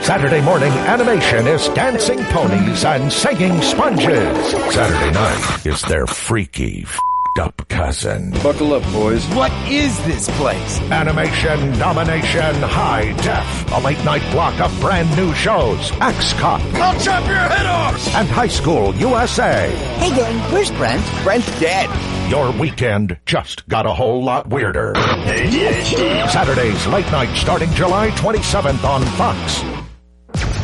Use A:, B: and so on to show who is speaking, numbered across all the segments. A: Saturday morning, animation is dancing ponies and singing sponges. Saturday night is their freaky, f***ed up cousin.
B: Buckle up, boys.
C: What is this place?
A: Animation nomination high def. A late night block of brand new shows. X Cop
B: I'll chop your head off!
A: and High School USA.
D: Hey gang, where's Brent?
C: Brent's dead.
A: Your weekend just got a whole lot weirder. Saturdays late night starting July 27th on Fox.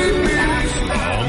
E: From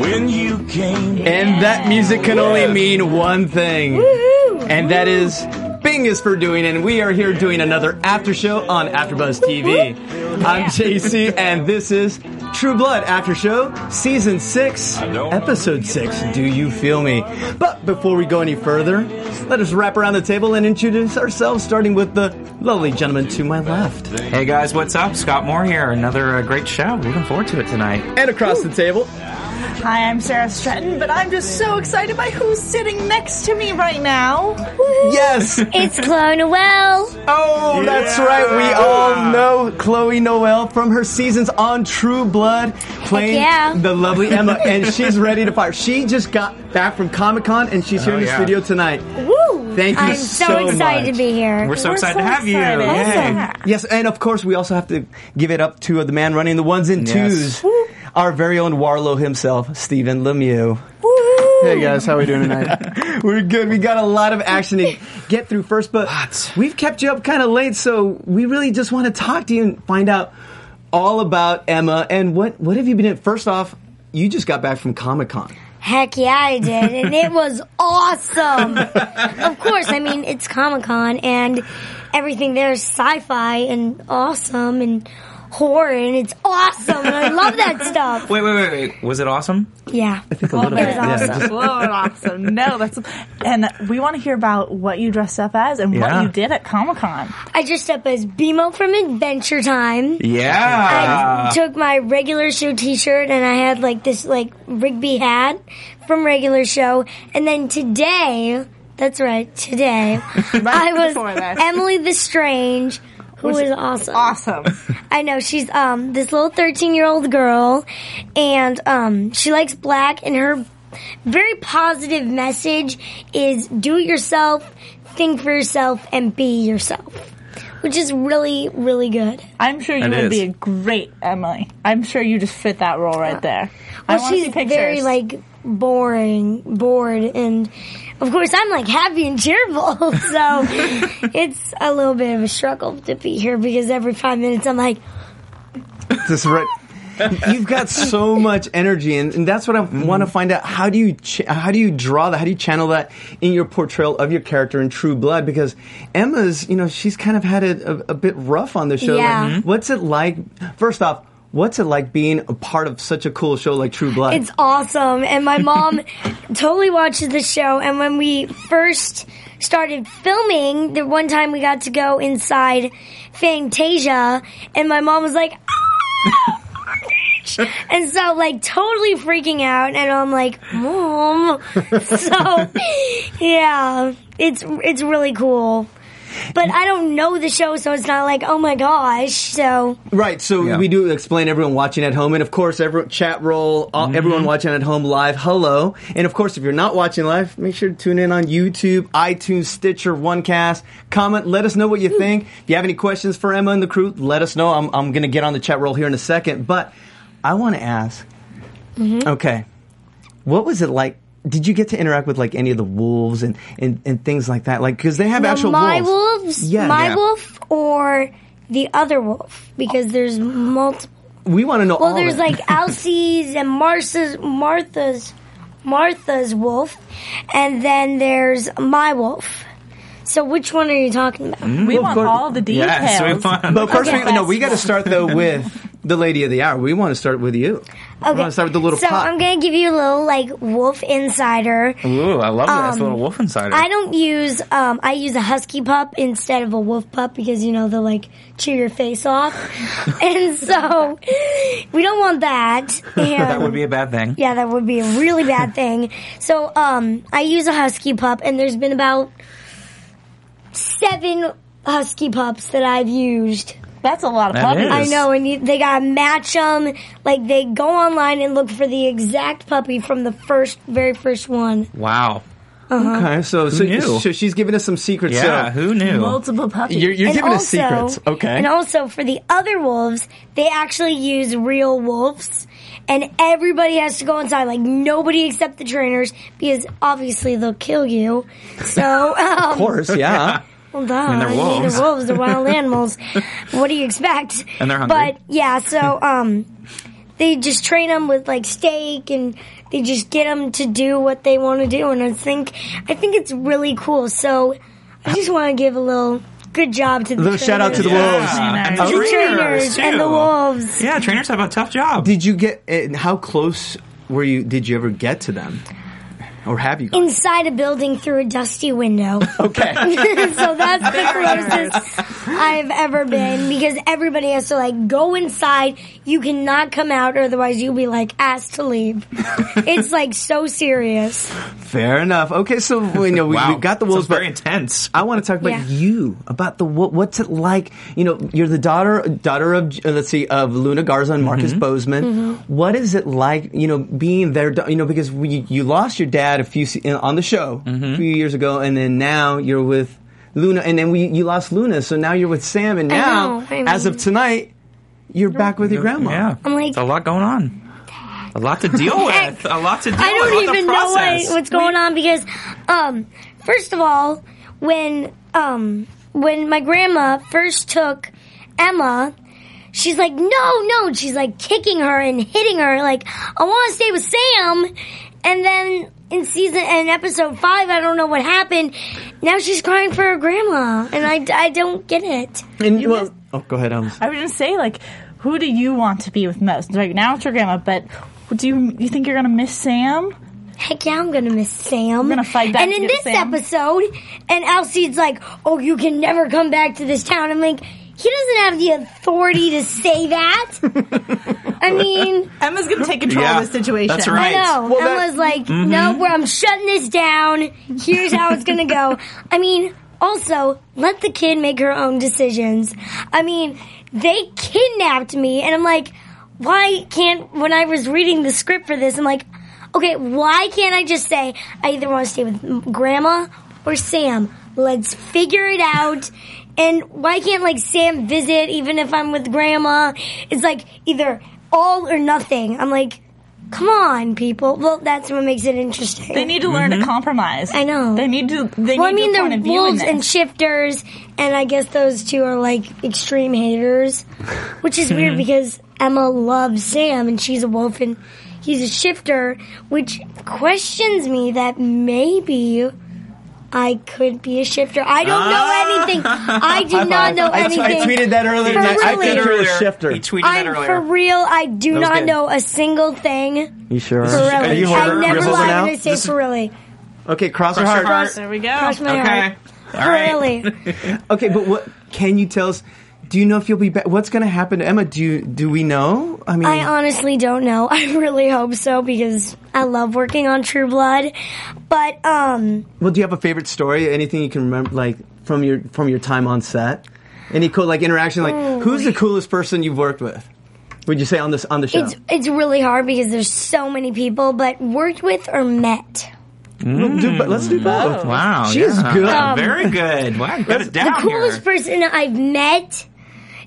F: When you came,
G: And that music can only mean one thing. And that is Bing is for doing, and we are here doing another after show on AfterBuzz TV. I'm JC, and this is True Blood After Show, Season 6, Episode 6. Do you feel me? But before we go any further, let us wrap around the table and introduce ourselves, starting with the lovely gentleman to my left.
H: Hey guys, what's up? Scott Moore here. Another uh, great show. Looking forward to it tonight.
G: And across the table,
I: Hi, I'm Sarah Stratton, but I'm just so excited by who's sitting next to me right now. Woohoo.
G: yes,
J: It's Chloe Noel.
G: Oh, that's right. We all know Chloe Noel from her seasons on True Blood, playing
J: yeah.
G: the lovely Emma, and she's ready to fire. She just got back from Comic Con, and she's here in the
H: Oh, yeah.
G: studio tonight.
J: Woo!
G: Thank you
J: I'm
G: so
J: excited
G: much.
J: to be here.
H: We're so excited
I: so
H: to have
I: excited.
H: you.
I: Awesome.
H: Yay.
G: Yes, and of course, we also have to give it up to the man running the ones and
H: Yes.
G: twos, our very own Warlow himself, Stephen Lemieux.
I: Woohoo.
C: Hey guys, how we doing tonight?
G: We're good. We got a lot of action to get through first, but we've kept you up kind of late, so we really just want to talk to you and find out all about Emma and what what have you been in. First off, you just got back from Comic Con.
J: Heck yeah, I did, and it was awesome. of course, I mean it's Comic Con, and everything there is sci-fi and awesome and horror, and it's awesome. And I love that stuff.
H: Wait, wait, wait, wait. Was it awesome?
J: Yeah,
I: Well,
J: it was awesome.
I: Well, awesome. No, that's and we want to hear about what you dressed up as and
H: Yeah.
I: what you did at Comic Con.
J: I dressed up as Bimo from Adventure Time.
H: Yeah.
I: Ah.
J: I took my regular show T-shirt and I had like this like Rigby hat from regular show, and then today, that's right, today I was
I: before this.
J: Emily the Strange, who is awesome.
I: Awesome.
J: I know she's um this little thirteen year old girl, and um she likes black, and her very positive message is do it yourself, think for yourself, and be yourself, which is really really good.
I: I'm sure you
H: It
I: would
H: is.
I: be a great Emily. I'm sure you just fit that role right there. I
J: Well,
I: want to
J: she's
I: see pictures.
J: very like boring, bored, and of course I'm like happy and cheerful. So it's a little bit of a struggle to be here because every five minutes I'm like,
G: This right. You've got so much energy, and, and that's what I want to find out. How do you ch- how do you draw that? How do you channel that in your portrayal of your character in True Blood? Because Emma's, you know, she's kind of had it a, a bit rough on the show. Like,
J: Yeah. Mhm.
G: what's it like? First off, what's it like being a part of such a cool show like True Blood?
J: It's awesome. And my mom totally watches the show. And when we first started filming, the one time we got to go inside Fantasia, and my mom was like, "Ah, Orange!" And so, like, totally freaking out, and I'm like, "Mom." So, yeah, it's it's really cool, but I don't know the show, so it's not like, oh my gosh. So,
G: Right, so
H: Yeah.
G: we do explain everyone watching at home, and of course, everyone chat roll, all, everyone watching at home live, hello. And of course, if you're not watching live, make sure to tune in on YouTube, iTunes, Stitcher, OneCast. Comment, let us know what you think. If you have any questions for Emma and the crew, let us know. I'm, I'm going to get on the chat roll here in a second, but I want to ask.
J: Mm-hmm.
G: Okay, what was it like? Did you get to interact with like any of the wolves and and, and things like that? Like, because they have
J: The
G: actual
J: my
G: wolves.
J: wolves,
G: Yeah.
J: my
G: Yeah.
J: wolf, or the other wolf because there's multiple.
G: We want to know
J: Well,
G: all
J: there's
G: of it.
J: like Elsie's and Martha's, Martha's, Martha's wolf, and then there's my wolf. So which one are you talking about?
I: We
G: Well, of
I: want
G: course-
I: all the details.
H: Yes, we want.
G: But of course,
I: Okay,
G: we, no,
I: that's-
G: we got to start though with the lady of the hour. We want to start with you. We want to start with the little
J: so
G: pot.
J: I'm gonna give you a little like wolf insider.
H: Ooh, I love that. It's a
J: Um,
H: little wolf insider.
J: I don't use um, I use a husky pup instead of a wolf pup because you know they'll like chew your face off, and so we don't want that. And
H: that would be a bad thing.
J: yeah, that would be a really bad thing. So um, I use a husky pup, and there's been about seven husky pups that I've used.
I: That's a lot of
H: That
I: puppies.
H: is.
J: I know, and you, they gotta match them. Like they go online and look for the exact puppy from the first, very first one.
H: Wow.
G: Okay, so so,
H: knew?
G: so she's giving us some secrets.
H: Yeah,
G: so.
H: who knew?
I: Multiple puppies.
G: You're, you're
J: And
G: giving us
J: also-
G: secrets. Okay.
J: And also for the other wolves, they actually use real wolves, and everybody has to go inside. Like nobody except the trainers, because obviously they'll kill you. So um,
G: of course, yeah.
J: Well, duh. I
H: they're
J: mean,
H: wolves.
J: They're wolves. They're wild animals. What do you expect?
H: And they're hungry.
J: But yeah, so um, they just train them with like steak, and they just get them to do what they want to do. And I think I think it's really cool. So I just want to give a little good job to the
G: Little shout out to the
J: trainers.
G: wolves.
H: And
J: To the
H: trainers,
J: trainers
H: too.
J: and the wolves.
H: Yeah, trainers have a tough job.
G: Did you get? And how close were you? Did you ever get to them, or have you? Gone?
J: Inside a building through a dusty window.
G: Okay.
J: so that's the closest I've ever been because everybody has to like go inside. You cannot come out, or otherwise you'll be like asked to leave. it's like so serious.
G: Fair enough. Okay, so we know we,
H: wow.
G: we got the wolves,
H: Sounds very
G: but
H: intense.
G: I want to talk about
J: Yeah.
G: you, about the wo- what's it like? You know, you're the daughter daughter of uh, let's see of Luna Garza and Marcus
H: Mm-hmm.
G: Bozeman.
J: Mm-hmm.
G: What is it like? You know, being there. You know, because we, you lost your dad a few se- on the show
H: Mm-hmm.
G: a few years ago, and then now you're with Luna, and then we you lost Luna, so now you're with Sam, and
J: I
G: now
J: know, I
G: as of
J: mean-
G: tonight, you're back with your grandma.
H: Yeah.
J: I'm like-
H: It's a lot going on. A lot to deal with. Oh, A lot to deal
J: I
H: with. a lot
J: don't
H: to
J: even know
H: process.
J: what, what's going on because, um, first of all, when um when my grandma first took Emma. She's like, no, no. and She's like kicking her and hitting her. Like, I want to stay with Sam. And then in season and episode five, I don't know what happened. Now she's crying for her grandma, and I, I don't get it.
G: And well, oh, go ahead,
H: um,
G: Alice.
I: I was gonna say, like, who do you want to be with most? Right now it's your grandma, but do you you think you're gonna miss Sam?
J: Heck yeah, I'm gonna miss Sam. I'm
I: gonna fight back
J: And in
I: against
J: this
I: Sam.
J: episode, and Alcide's like, "Oh, you can never come back to this town." I'm like, he doesn't have the authority to say that. I mean,
D: Emma's going to take control
H: Yeah,
D: of the situation.
H: That's
J: I
H: right.
J: know.
G: Well, that-
J: Emma's like, "No, where I'm shutting this down. Here's how it's gonna go." I mean, also let the kid make her own decisions. I mean, they kidnapped me, and I'm like, why can't? When I was reading the script for this, I'm like. Okay, why can't I just say I either want to stay with Grandma or Sam? Let's figure it out. And why can't like Sam visit even if I'm with Grandma? It's like either all or nothing. I'm like, come on, people. Well, that's what makes it interesting.
I: They need to learn to compromise.
J: Mm-hmm. I know.
I: They need to. They
J: well, I
I: need
J: mean,
I: to point
J: they're
I: of view in
J: wolves and
I: this.
J: shifters, and I guess those two are like extreme haters, which is weird because Emma loves Sam and she's a wolf and he's a shifter, which questions me that maybe I could be a shifter. I don't know anything. I do not know
G: I,
J: anything.
G: I tweeted that earlier.
J: For
G: and I- I
J: really.
G: think
J: Tweeted
G: you're a
H: Earlier,
G: shifter.
H: He tweeted
J: I'm
H: that
J: for
H: earlier.
J: real. I do
H: was
J: not
H: good.
J: know a single thing.
G: You sure?
J: For really,
H: you
J: I
H: holding-
J: never
H: you're
G: holding
J: lie
G: out?
J: when I say
H: This-
J: for really.
G: Okay, cross your
H: Cross your
G: heart.
H: heart.
I: There we go.
J: Cross my
H: Okay.
J: heart.
H: All
J: For
H: right.
J: really.
G: Okay, but what can you tell us? Do you know if you'll be back? What's going to happen to Emma? Do you, do we know? I mean,
J: I uh, honestly don't know. I really hope so because I love working on True Blood. But um
G: well, do you have a favorite story? Anything you can remember, like from your from your time on set? Any cool like interaction? Like,
J: Oh,
G: who's the coolest person you've worked with? Would you say on this on the show?
J: it's it's really hard because there's so many people, but worked with or met.
G: We'll do bo- let's do both.
H: Oh, Wow.
G: She's
H: yeah.
G: good.
J: Um,
H: Very good. Wow, you got it
J: The
H: down
J: coolest
H: here.
J: person I've met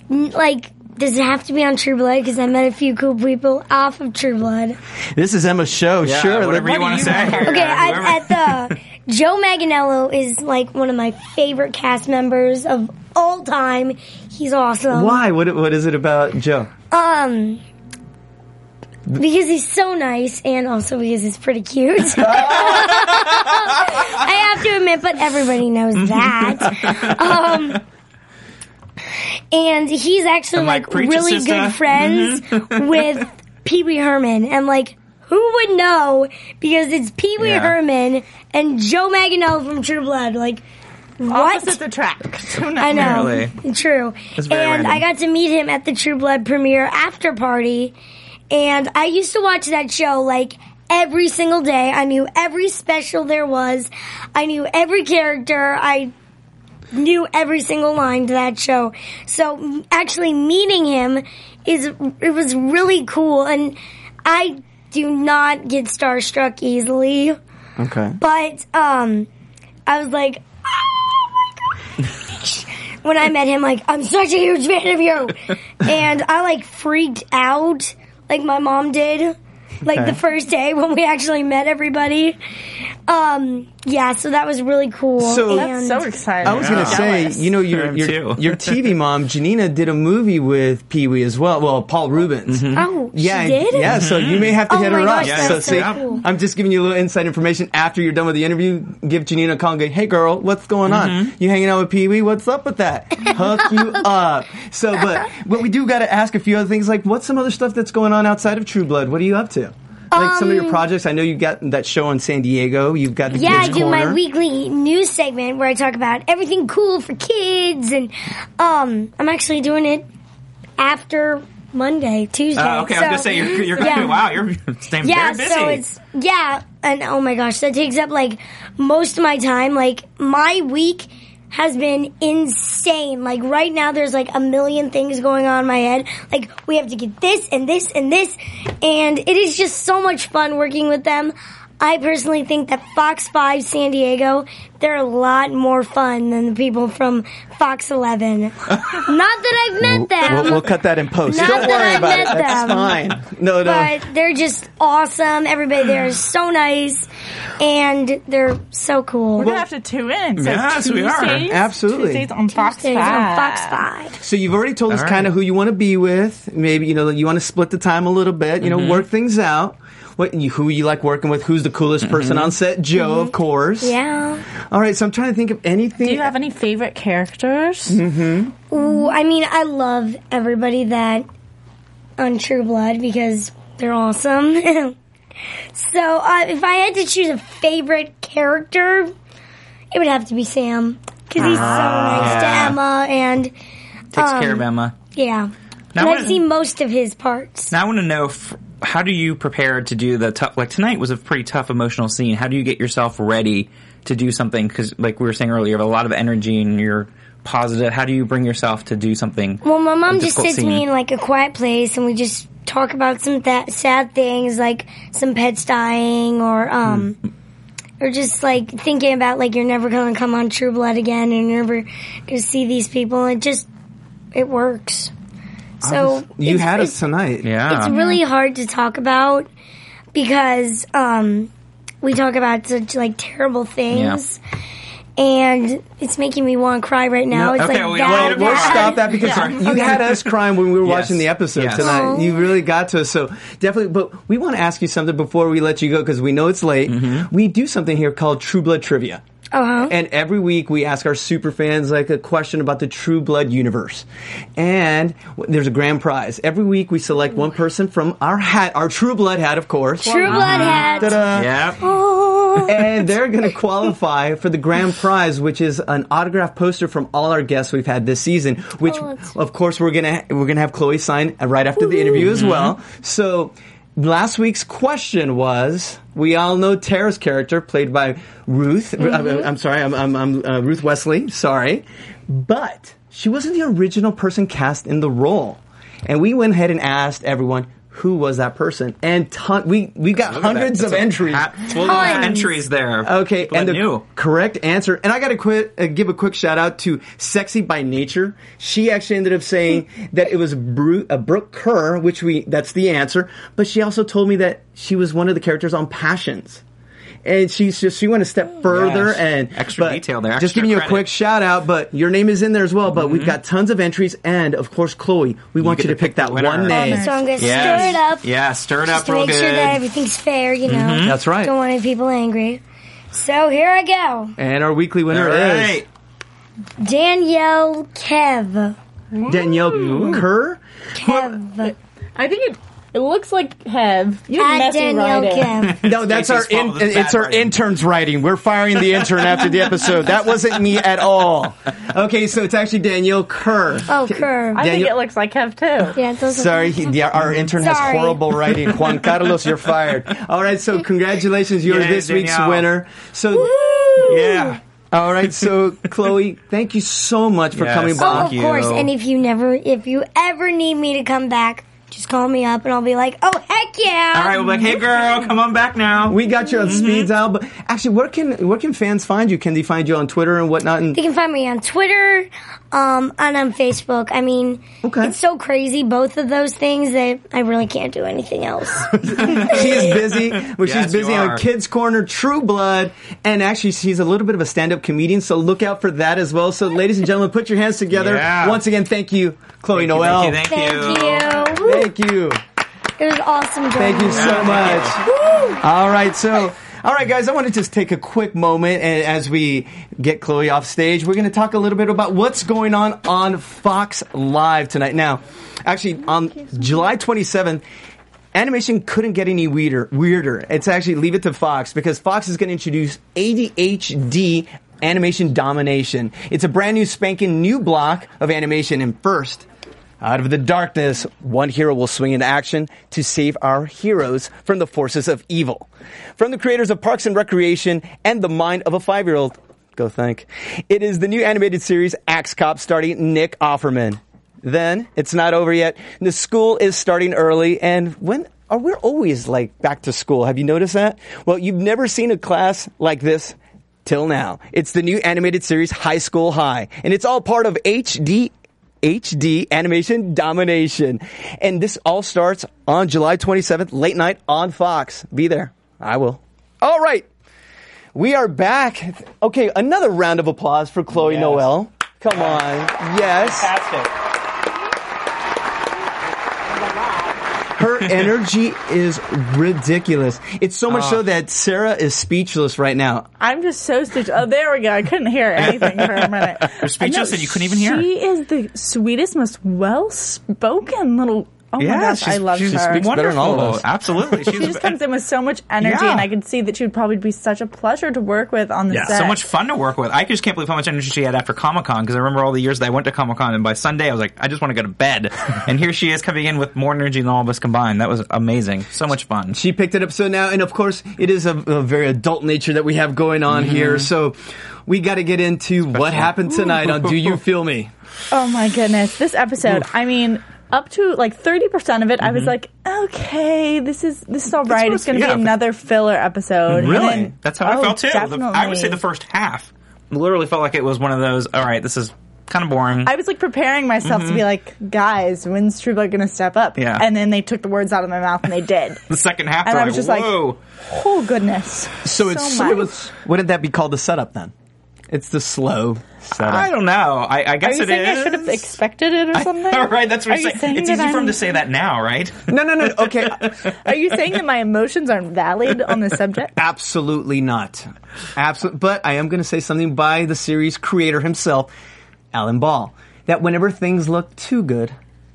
J: n- like does it have to be on True Blood? Because I met a few cool people off of True Blood.
G: This is Emma's show.
H: Yeah,
G: sure,
H: whatever
G: let-
H: you want to say.
J: Okay,
H: Uh,
J: I'm
H: whoever-
J: at the Joe Manganiello is like one of my favorite cast members of all time. He's awesome.
G: Why? What, what is it about Joe?
J: Um, because he's so nice, and also because he's pretty cute. I have to admit, but everybody knows that. Um, and he's actually
H: I'm like,
J: like,
H: "Preach it,
J: really
H: sister." Mm-hmm.
J: good friends with Pee Wee Herman, and like. Who would know? Because it's Pee Wee
H: Yeah.
J: Herman and Joe Manganiello from True Blood. Like, what?
I: Opposite attract.
J: I know.
H: Apparently.
J: True.
H: It's very
J: And
H: random.
J: I got to meet him at the True Blood premiere after party. And I used to watch that show like every single day. I knew every special there was. I knew every character. I knew every single line to that show. So m- actually meeting him is it was really cool and I do not get starstruck easily.
G: Okay.
J: But um, I was like, oh my gosh. when I met him, like, I'm such a huge fan of you. And I like freaked out, like my mom did, like
G: Okay.
J: the first day when we actually met everybody. Um, yeah, so that was really cool.
G: So-
I: That's so exciting.
G: I was going to say, you know, your
H: am
G: your,
H: too.
G: your TV mom, Janina, did a movie with Pee Wee as well. Well, Paul Rubens.
J: oh,
G: Yeah,
J: she did?
G: yeah. So you may have to
J: Oh
G: hit
J: my
G: her up.
J: gosh,
H: Yeah,
G: so
J: that's so
G: see,
J: cool.
G: I'm just giving you a little inside information. After you're done with the interview, give Janina a call and go, "Hey, girl, what's going on? You hanging out with Pee Wee? What's up with that? Hook you up." So, but but we do got to ask a few other things. Like, what's some other stuff that's going on outside of True Blood? What are you up to? Like some of your projects. I know you got that show in San Diego. You've got the
J: Um, Yeah, I
G: Kids
J: do my
G: Corner.
J: weekly news segment where I talk about everything cool for kids, and um, I'm actually doing it after Monday, Tuesday.
H: Uh, okay, I'm
J: so-
H: gonna say you're, you're
J: Yeah.
H: wow, you're you're staying
J: yeah,
H: very busy.
J: so it's yeah, and oh my gosh, that takes up like most of my time. Like my week has been insane. Like right now, there's like a million things going on in my head. Like we have to get this and this and this, and it is just so much fun working with them. I personally think that Fox 5 San Diego, they're a lot more fun than the people from Fox 11. Not that I've met them.
G: We'll, we'll cut that in post.
J: Not
G: Don't
J: that
G: worry
J: I
G: about it.
J: met
G: That's
J: them.
G: fine. No, no.
J: but they're just awesome. Everybody there is so nice, and they're so cool.
I: We're going to have to tune in. So
H: Yes, we are.
I: Tuesdays-
G: Absolutely.
I: Tuesdays on Fox
J: Tuesdays
I: 5.
J: on Fox Five.
G: So you've already told us
H: All
G: kind of
H: right.
G: who you want to be with. Maybe you know you want to split the time a little bit. You
H: Mm-hmm.
G: know, work things out. What you, who you like working with? Who's the coolest person
H: Mm-hmm.
G: on set? Joe, of course.
J: Mm-hmm. Yeah.
G: All right. So I'm trying to think of anything.
I: Do you have any favorite characters?
J: Mm-hmm. Ooh, I mean, I love everybody that on True Blood because they're awesome. so, uh, if I had to choose a favorite character, it would have to be Sam because he's so nice to
H: yeah.
J: Emma, and
H: Takes care of
J: um,
H: Emma.
J: yeah.
H: Now
J: and
H: what-
J: I've seen most of his parts.
H: Now I want to know f how do you prepare to do the tough? Like tonight was a pretty tough emotional scene. How do you get yourself ready to do something? Because like we were saying earlier, you have a lot of energy and you're positive. How do you bring yourself to do something?
J: Well, my mom just
H: difficult
J: sits
H: scene.
J: me in like a quiet place, and we just talk about some th- sad things, like some pets dying, or um,
G: Mm.
J: or just like thinking about like you're never gonna come on True Blood again, and you're never gonna see these people. It just it works. So
G: you
J: it's-
G: had
J: it's-
G: us tonight.
H: yeah,
J: it's really hard to talk about because um, we talk about such like terrible things. And it's making me want to cry right now.
G: No,
J: it's
H: okay,
J: like
H: we-
J: that
H: well,
G: Well,
H: Yeah.
G: we'll
J: bad.
G: stop that because you had us crying when we were
H: Yes.
G: watching the episode
H: Yes.
G: tonight.
J: Aw.
G: You really got to us. So definitely, but we want to ask you something before we let you go because we know it's late.
H: Mm-hmm.
G: We do something here called True Blood Trivia.
J: Uh-huh.
G: And every week we ask our super fans like a question about the True Blood universe. And w- there's a grand prize. Every week we select one person from our hat, our True Blood hat, of course.
J: True
H: Uh-huh.
J: Blood hat.
G: Ta-da.
H: yeah.
J: Oh.
G: And they're going to qualify for the grand prize, which is an autograph poster from all our guests we've had this season. Which,
J: Oh, that's-
G: of course, we're gonna we're gonna have Chloe sign right after the interview as well. So, last week's question was: We all know Tara's character, played by Ruth.
J: Mm-hmm.
G: I, am sorry, I'm, I'm, I'm uh, Ruth Wesley. Sorry, but she wasn't the original person cast in the role, and we went ahead and asked everyone. Who was that person? And ton- we we got
H: Look at that.
G: hundreds
H: It's
G: of
H: a
G: entries.
H: hat Full of
J: Tons.
H: entries there.
G: Okay,
H: People
G: and the
H: that knew.
G: correct answer. And I got to quit, uh, give a quick shout out to Sexy by Nature. She actually ended up saying that it was Bru- uh, Brooke Kerr, which we that's the answer. But she also told me that she was one of the characters on Passions. and she's just she went a step further
H: Yes.
G: and
H: Extra
G: but
H: detail there,
G: Just
H: extra
G: giving you a
H: credit. Mm-hmm.
G: quick shout out, but your name is in there as well. But we've got tons of entries, and of course, Chloe, we want
H: get
G: you to
H: to pick
G: pick that
H: the winner.
G: one
J: Um,
G: name.
J: so I'm gonna stir it
H: Yes.
J: up.
H: Yeah, stir it
J: Just
H: up
J: to
H: real
J: make
H: good. Mm-hmm.
J: sure that everything's fair, you know.
G: That's right.
J: Don't want any people angry. So here I go.
G: And our weekly winner
H: All right.
J: Danielle Kev.
G: is Danielle Kerr.
J: Kev.
D: I think it it looks like Hev. You
J: At
D: messy
J: Danielle
D: writing.
J: Kev.
G: No, that's our
H: Casey's fault.
G: in,
H: That's
G: it's
H: bad
G: our
H: writing.
G: intern's writing. We're firing the intern after the episode. That wasn't me at all. Okay, so it's actually Danielle Kerr.
J: Oh, Kerr.
D: I think
G: Daniel-
D: it looks like Hev too.
J: yeah, those are-
G: Sorry, he- yeah, our intern has
J: Sorry.
G: horrible writing. Juan Carlos, you're fired. All right, so congratulations, you're
H: Yay,
G: this week's
H: Danielle.
G: winner. So.
H: Yeah.
G: All right, so Chloe, thank you so much for
H: Yes.
G: coming by.
J: Oh,
H: Thank
J: of course.
H: you.
J: And if you never, if you ever need me to come back, just call me up, and I'll be like, "Oh, heck yeah!"
H: All right, we're like, hey girl, come on back now.
G: We got you on
J: Mm-hmm.
G: speed dial, but actually, where can where can fans find you? Can they find you on Twitter and whatnot? And
J: You can find me on Twitter, um, and on Facebook. I mean,
G: Okay.
J: it's so crazy, both of those things, that I really can't do anything else.
G: she is busy, but
H: Yes,
G: she's busy
H: you
G: on
H: are.
G: Kids Corner, True Blood, and actually, she's a little bit of a stand up comedian, so look out for that as well. So, ladies and gentlemen, put your hands together.
H: Yeah.
G: Once again, thank you, Chloe
H: Thank you,
G: Noel.
H: thank you, Oh
J: Thank
H: thank you.
J: you. Woo.
G: Thank you.
J: It was awesome.
G: Thank you so much.
J: Woo.
G: All right, so. All right, guys, I want to just take a quick moment and as we get Chloe off stage. We're going to talk a little bit about what's going on on Fox Live tonight. Now, actually, on July 27th, animation couldn't get any weirder. weirder. It's actually leave it to Fox because Fox is going to introduce ADHD animation domination. It's a brand new spanking new block of animation, and first, out of the darkness, one hero will swing into action to save our heroes from the forces of evil. From the creators of Parks and Recreation and the mind of a five year old, go thank. It is the new animated series Axe Cop starring Nick Offerman. Then, it's not over yet. The school is starting early, and when are we always like back to school? Have you noticed that? Well, you've never seen a class like this till now. It's the new animated series High School High, and it's all part of HD HD animation domination. And this all starts on July 27th, late night on Fox. Be there. I will. All right. We are back. Okay, another round of applause for Chloe Noel. Come on. Yes.
H: Fantastic.
G: Her energy is ridiculous. It's so much so that Sarah is speechless right now.
D: I'm just so stitched. Oh, there we go. I couldn't hear anything for a minute. You're
H: speechless and you couldn't even hear.
D: She is the sweetest, most well-spoken little. Oh my
G: Yeah,
D: gosh, I
G: she's-
D: love
G: she
D: her.
G: speaks better than all of us.
H: Absolutely. She's
D: She just comes in with so much energy,
H: Yeah.
D: and I could see that she would probably be such a pleasure to work with on the
H: Yeah,
D: set.
H: so much fun to work with. I just can't believe how much energy she had after Comic Con because I remember all the years that I went to Comic Con and by Sunday I was like, I just want to go to bed. and here she is coming in with more energy than all of us combined. That was amazing. So much fun.
G: She picked it up. So now, and of course, it is a, a very adult nature that we have going on here. So we got to get into what happened tonight on Do You Feel Me?
D: Oh my goodness, this episode. I mean, up to like thirty percent of it, I
H: Mm-hmm.
D: was like, okay, this is this is all right. It's, going
H: supposed to-
D: to
H: yeah.
D: be another filler episode.
H: Really?
D: And then-
H: That's how I
D: Oh,
H: felt too. The- I would say the
D: definitely.
H: first half literally felt like it was one of those, all right, this is kind of boring.
D: I was like preparing myself to be like, guys, when's True Blood going to step up?
H: Mm-hmm. Yeah.
D: And then they took the words out of my mouth and they did.
H: the second half,
D: and I
H: they're
D: was just
H: like,
D: like-
H: whoa.
D: oh goodness.
G: So it's
D: much.
G: it was, wouldn't that be called the setup then? It's the slow setup.
H: I don't know. I, I
D: Are
H: guess
D: you
H: it
D: saying I
H: is.
D: should have expected it or something?
H: All right, that's what
D: Are
H: I'm
D: you
H: saying. It's
D: that
H: easy for him
D: I'm-
H: to say that now, right?
G: No, no, no. Okay,
D: Are you saying that my emotions aren't valid on this subject?
G: absolutely not. Absolutely. But I am going to say something by the series creator himself, Alan Ball, that whenever things look too good,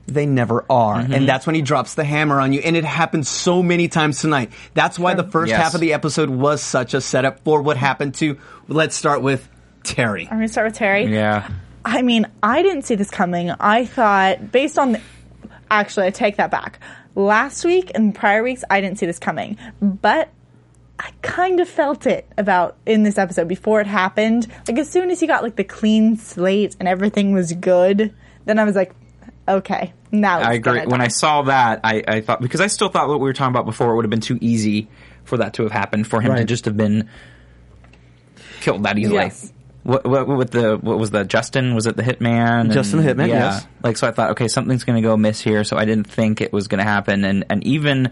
G: they never are.
H: Mm-hmm.
G: And that's when he drops the hammer on you. And it happened so many times tonight. That's why the first
H: Yes.
G: half of the episode was such a setup for what happened to, let's start with Terry.
D: I'm going to start with Terry.
H: Yeah.
D: I mean, I didn't see this coming. I thought, based on, the, actually, I take that back. Last week and prior weeks, I didn't see this coming, but I kind of felt it about in this episode before it happened. Like as soon as he got like the clean slate and everything was good, then I was like, okay, now
H: I
D: it's
H: agree.
D: gonna
H: When
D: die.
H: I saw that, I, I thought because I still thought what we were talking about before it would have been too easy for that to have happened for him to just have been killed that easily.
D: Yes.
H: What, what, what the what was the Justin? Was it the hitman? and-
G: Justin the Hitman, yes.
H: Like so, I thought okay, something's going to go miss here. So I didn't think it was going to happen, and and even,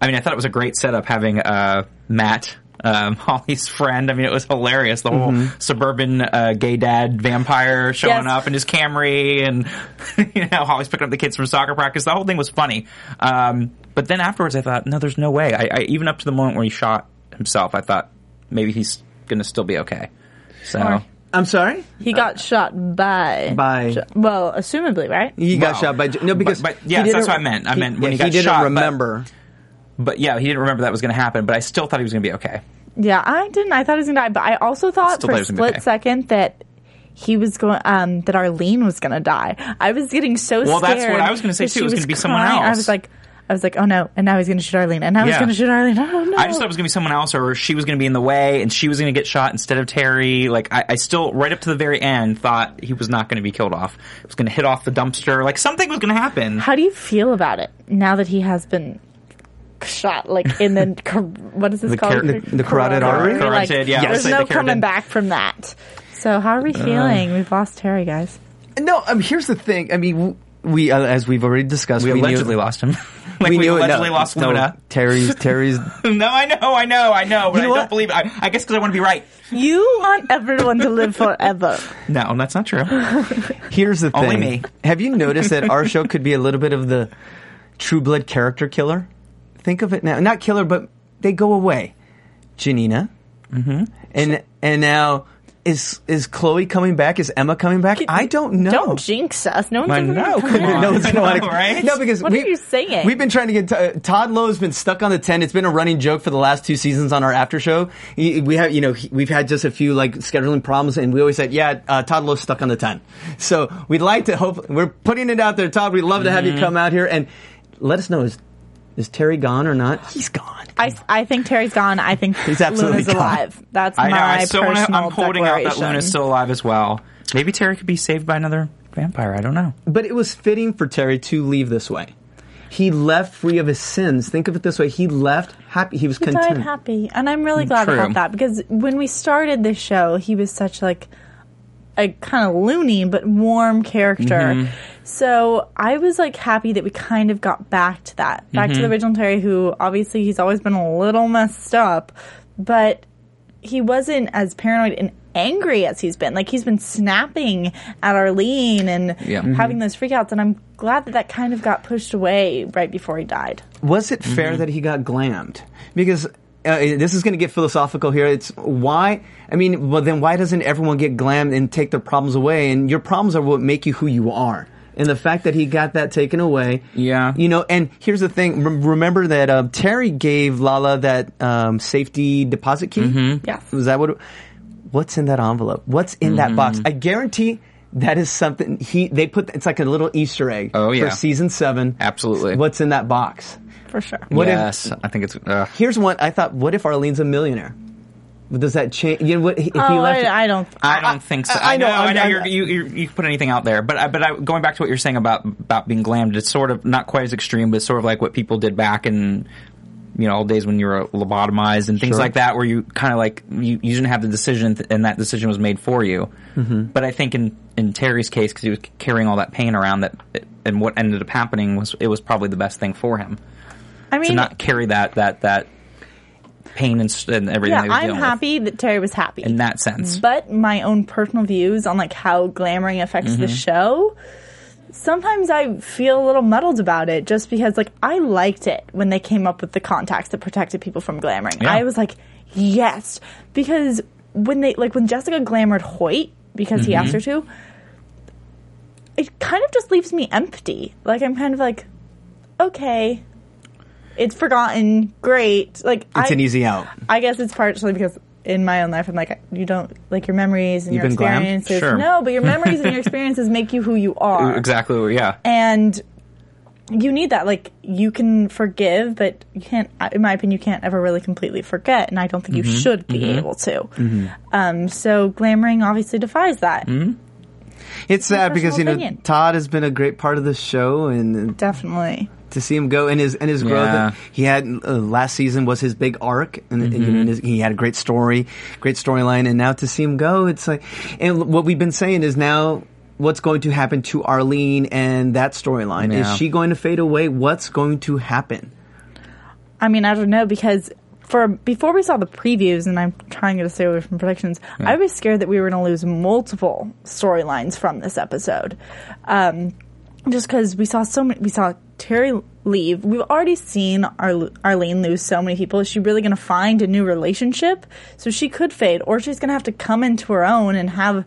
H: I mean, I thought it was a great setup having uh, Matt um, Holly's friend. I mean, it was hilarious. The whole suburban uh, gay dad vampire showing
D: Yes.
H: up in his Camry, and you know Holly's picking up the kids from soccer practice. The whole thing was funny. Um, but then afterwards, I thought, no, there's no way. I, I even up to the moment where he shot himself, I thought maybe he's going to still be okay. So.
D: Or-
G: I'm sorry.
D: He got shot by
G: By-
D: well, assumably, right?
G: He got
H: Well,
G: shot by no because
H: but-
G: he
H: yes,
G: didn't-
H: that's what I meant. I meant when he
G: yeah,
H: got
G: didn't
H: shot, but-
G: remember.
H: But yeah, he didn't remember that was going to happen. But I still thought he was going to be okay.
D: Yeah, I didn't. I thought he was gonna die, but I also thought
H: Still
D: for
H: thought he
D: a
H: was gonna
D: split
H: die.
D: second that he was going um that Arlene was gonna die. I was getting so
H: Well,
D: scared.
H: that's what I was gonna say,
D: that
H: too. It
D: she
H: was gonna be someone
D: crying. I
H: else.
D: was like, I was like, oh no, and now he's gonna shoot Arlene, and now he's
H: Yeah.
D: gonna shoot Arlene. Oh, I don't know.
H: I just thought it was going to be someone else, or she was going to be in the way, and she was going to get shot instead of Terry. Like I, I still, right up to the very end, thought he was not going to be killed off. He was going to hit off the dumpster. Like something was going to happen.
D: How do you feel about it now that he has been shot, like in the car- what is this
H: The
D: called?
H: car- the-
G: the carotid artery?
D: You're like,
H: Carotid, yeah,
D: There's
H: I'll say
D: no
H: the carotid. Uh.
D: coming back from that. So how are we feeling? We've lost Terry, guys.
G: No, um, here's the thing. I mean, w- we uh, as we've already discussed,
H: We,
G: we,
H: allegedly
G: knew,
H: lost him. like
G: we
H: we,
G: knew it- no,
H: allegedly lost
G: no,
H: Luna.
G: Terry's Terry's
H: No, I know, I know, I know, but
G: You know
H: I
G: what?
H: don't believe it. I, I guess because I want to be right.
D: You want everyone to live forever.
H: No, that's not true.
G: Here's the thing.
H: Only me.
G: Have you noticed that our show could be a little bit of the True Blood character killer? Think of it now. Not killer, but they go away. Janina. Mm-hmm. And and now is is Chloe coming back? Is Emma coming back? I don't know.
D: Don't jinx us. No one's
H: I
D: ever gonna
H: know,
D: come
H: come
D: back.
H: on.
G: no, it's
H: I
G: not
H: know, right?
G: No, because
D: What
G: we,
D: are you saying?
G: We've been trying to get uh, Todd Lowe's been stuck on the ten. It's been a running joke for the last two seasons on our after show. He- We have, you know, he- we've had just a few like scheduling problems, and we always said, "Yeah, uh, Todd Lowe's stuck on the ten. So we'd like to hope we're putting it out there, Todd. We'd love to have
H: Mm-hmm.
G: you come out here and let us know is is Terry gone or not? He's gone.
D: I, I think Terry's gone. I think
G: He's absolutely
D: Luna's
G: gone.
D: alive. That's
H: I know.
D: my
H: I still want
D: personal
H: to. I'm holding out that
D: declaration.
H: Luna's still alive as well. Maybe Terry could be saved by another vampire. I don't know.
G: But it was fitting for Terry to leave this way. He left free of his sins. Think of it this way: he left happy. He was
D: he
G: content.
D: died happy, and I'm really glad
H: Mm, True.
D: about that because when we started this show, he was such like a kind of loony but warm character.
H: Mm-hmm.
D: So I was like happy that we kind of got back to that, back
H: Mm-hmm.
D: to the original Terry, who obviously he's always been a little messed up, but he wasn't as paranoid and angry as he's been. Like he's been snapping at Arlene and
H: Yeah.
G: Mm-hmm.
D: having those freakouts, and I'm glad that that kind of got pushed away right before he died.
G: was it fair
H: Mm-hmm.
G: that he got glammed? Because uh, this is going to get philosophical here. It's why, I mean, well, then why doesn't everyone get glammed and take their problems away? And your problems are what make you who you are. And the fact that he got that taken away.
H: Yeah.
G: You know, and here's the thing. Rem remember that uh, Terry gave Lala that um, safety deposit key?
H: Mm-hmm.
D: Yes.
G: Was that what? What's in that envelope? What's in that box?
H: Mm-hmm.
G: I guarantee that is something he they put. It's like a little Easter egg.
H: Oh, yeah.
G: For season seven.
H: Absolutely.
G: What's in that box?
D: For sure.
G: What if-
H: yes, I think it's. Uh,
G: Here's one I thought: What if Arlene's a millionaire? Does that change? You know what? If he
D: Oh,
G: left,
D: I, I don't.
H: I don't think so.
G: I- I
H: I, know.
G: know,
H: I know.
G: I'm-
H: you're, you you you can put anything out there, but I, but I, going back to what you're saying about about being glammed, it's sort of not quite as extreme, but it's sort of like what people did back in you know old days when you were lobotomized and things like that, where you kind of like you, you didn't have the decision, th- and that decision was made for you.
G: Mm-hmm.
H: But I think in in Terry's case, because he was carrying all that pain around, that and what ended up happening was it was probably the best thing for him
D: I mean,
H: to not carry that that that pain and, s- and
D: yeah,
H: everything. that he was
D: I'm
H: dealing
D: happy that Terry was happy.
H: with, in that sense.
D: but my own personal views on like how glamoring affects the show, sometimes I feel a little muddled about it just because like I liked it when they came up with the contacts that protected people from glamoring.
H: Yeah.
D: I was like, yes, because when they like when Jessica glamored Hoyt because he asked her to, it kind of just leaves me empty. Like I'm kind of like, okay. It's forgotten. Great. Like
G: it's an easy out.
D: I guess it's partially because in my own life, I'm like, you don't like your memories and
G: You've
D: your
G: been glammed?
D: experiences.
H: Sure.
D: No, but your memories and your experiences make you who you are.
H: Exactly. Yeah.
D: And you need that. Like, you can forgive, but you can't, uh, in my opinion, you can't ever really completely forget. And I don't think
G: Mm-hmm.
D: you should be able to. Um, so, glamoring obviously defies that.
G: Mm-hmm. It's sad because you know
D: personal opinion.
G: Todd has been a great part of the show, and
D: Definitely.
G: to see him go and his and his growth.
H: Yeah.
G: He had uh, last season was his big arc, and, and, you know, and his, he had a great story, great storyline, and now to see him go, it's like, and what we've been saying is now. What's going to happen to Arlene and that storyline?
H: Yeah.
G: Is she going to fade away? What's going to happen?
D: I mean, I don't know because for before we saw the previews, and I'm trying to stay away from predictions. I was scared that we were going to lose multiple storylines from this episode, um, just because we saw so many. We saw Terry leave. We've already seen Ar- Arlene lose so many people. Is she really going to find a new relationship? So she could fade, or she's going to have to come into her own and have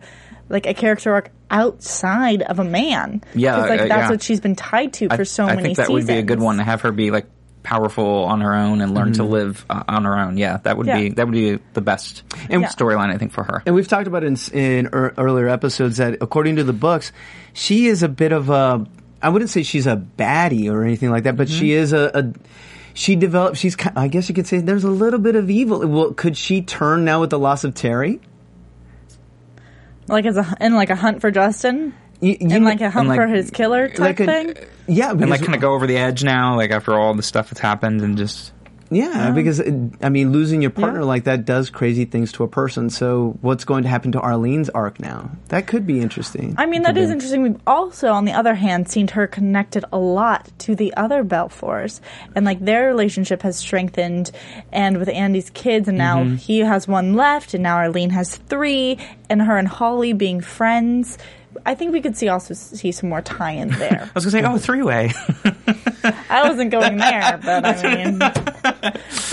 D: like a character arc outside of a man.
H: Yeah,
D: 'Cause, like
H: uh,
D: that's
H: yeah.
D: what she's been tied to
H: I-
D: for so
H: I
D: many
H: think that
D: seasons.
H: would be a good one to have her be like powerful on her own and learn to
G: Mhm.
H: live uh, on her own. Yeah, that would
G: Yeah.
H: be that would be the best um,
G: And- Yeah.
H: storyline I think for her.
G: And we've talked about it in, s- in ear- earlier episodes that, according to the books, she is a bit of a. I wouldn't say she's a baddie or anything like that, but she
K: Mhm.
H: Mm-hmm.
G: is a. a she developed. She's. ki- I guess you could say there's a little bit of evil. Well, could she turn now with the loss of Terry?
D: like as a in like a hunt for Justin, and like a hunt
H: And, like,
D: for his killer type
G: like a-
D: thing.
G: Yeah,
H: and like kind of go over the edge now, like after all the stuff that's happened, and just
G: Yeah,
H: Yeah.
G: because it, I mean, losing your partner like that does crazy things to a person. So, what's going to happen to Arlene's arc now? That could be interesting.
D: I mean, that is interesting. We've also, on the other hand, seen her connected a lot to the other Belfors. And, like, their relationship has strengthened. And with Andy's kids, and now
G: Mm-hmm.
I: Mhm.
D: he has one left, and now Arlene has three, and her and Holly being friends. I think we could see also see some more tie in there.
H: I was gonna say, oh, three way.
D: I wasn't going there, but I mean,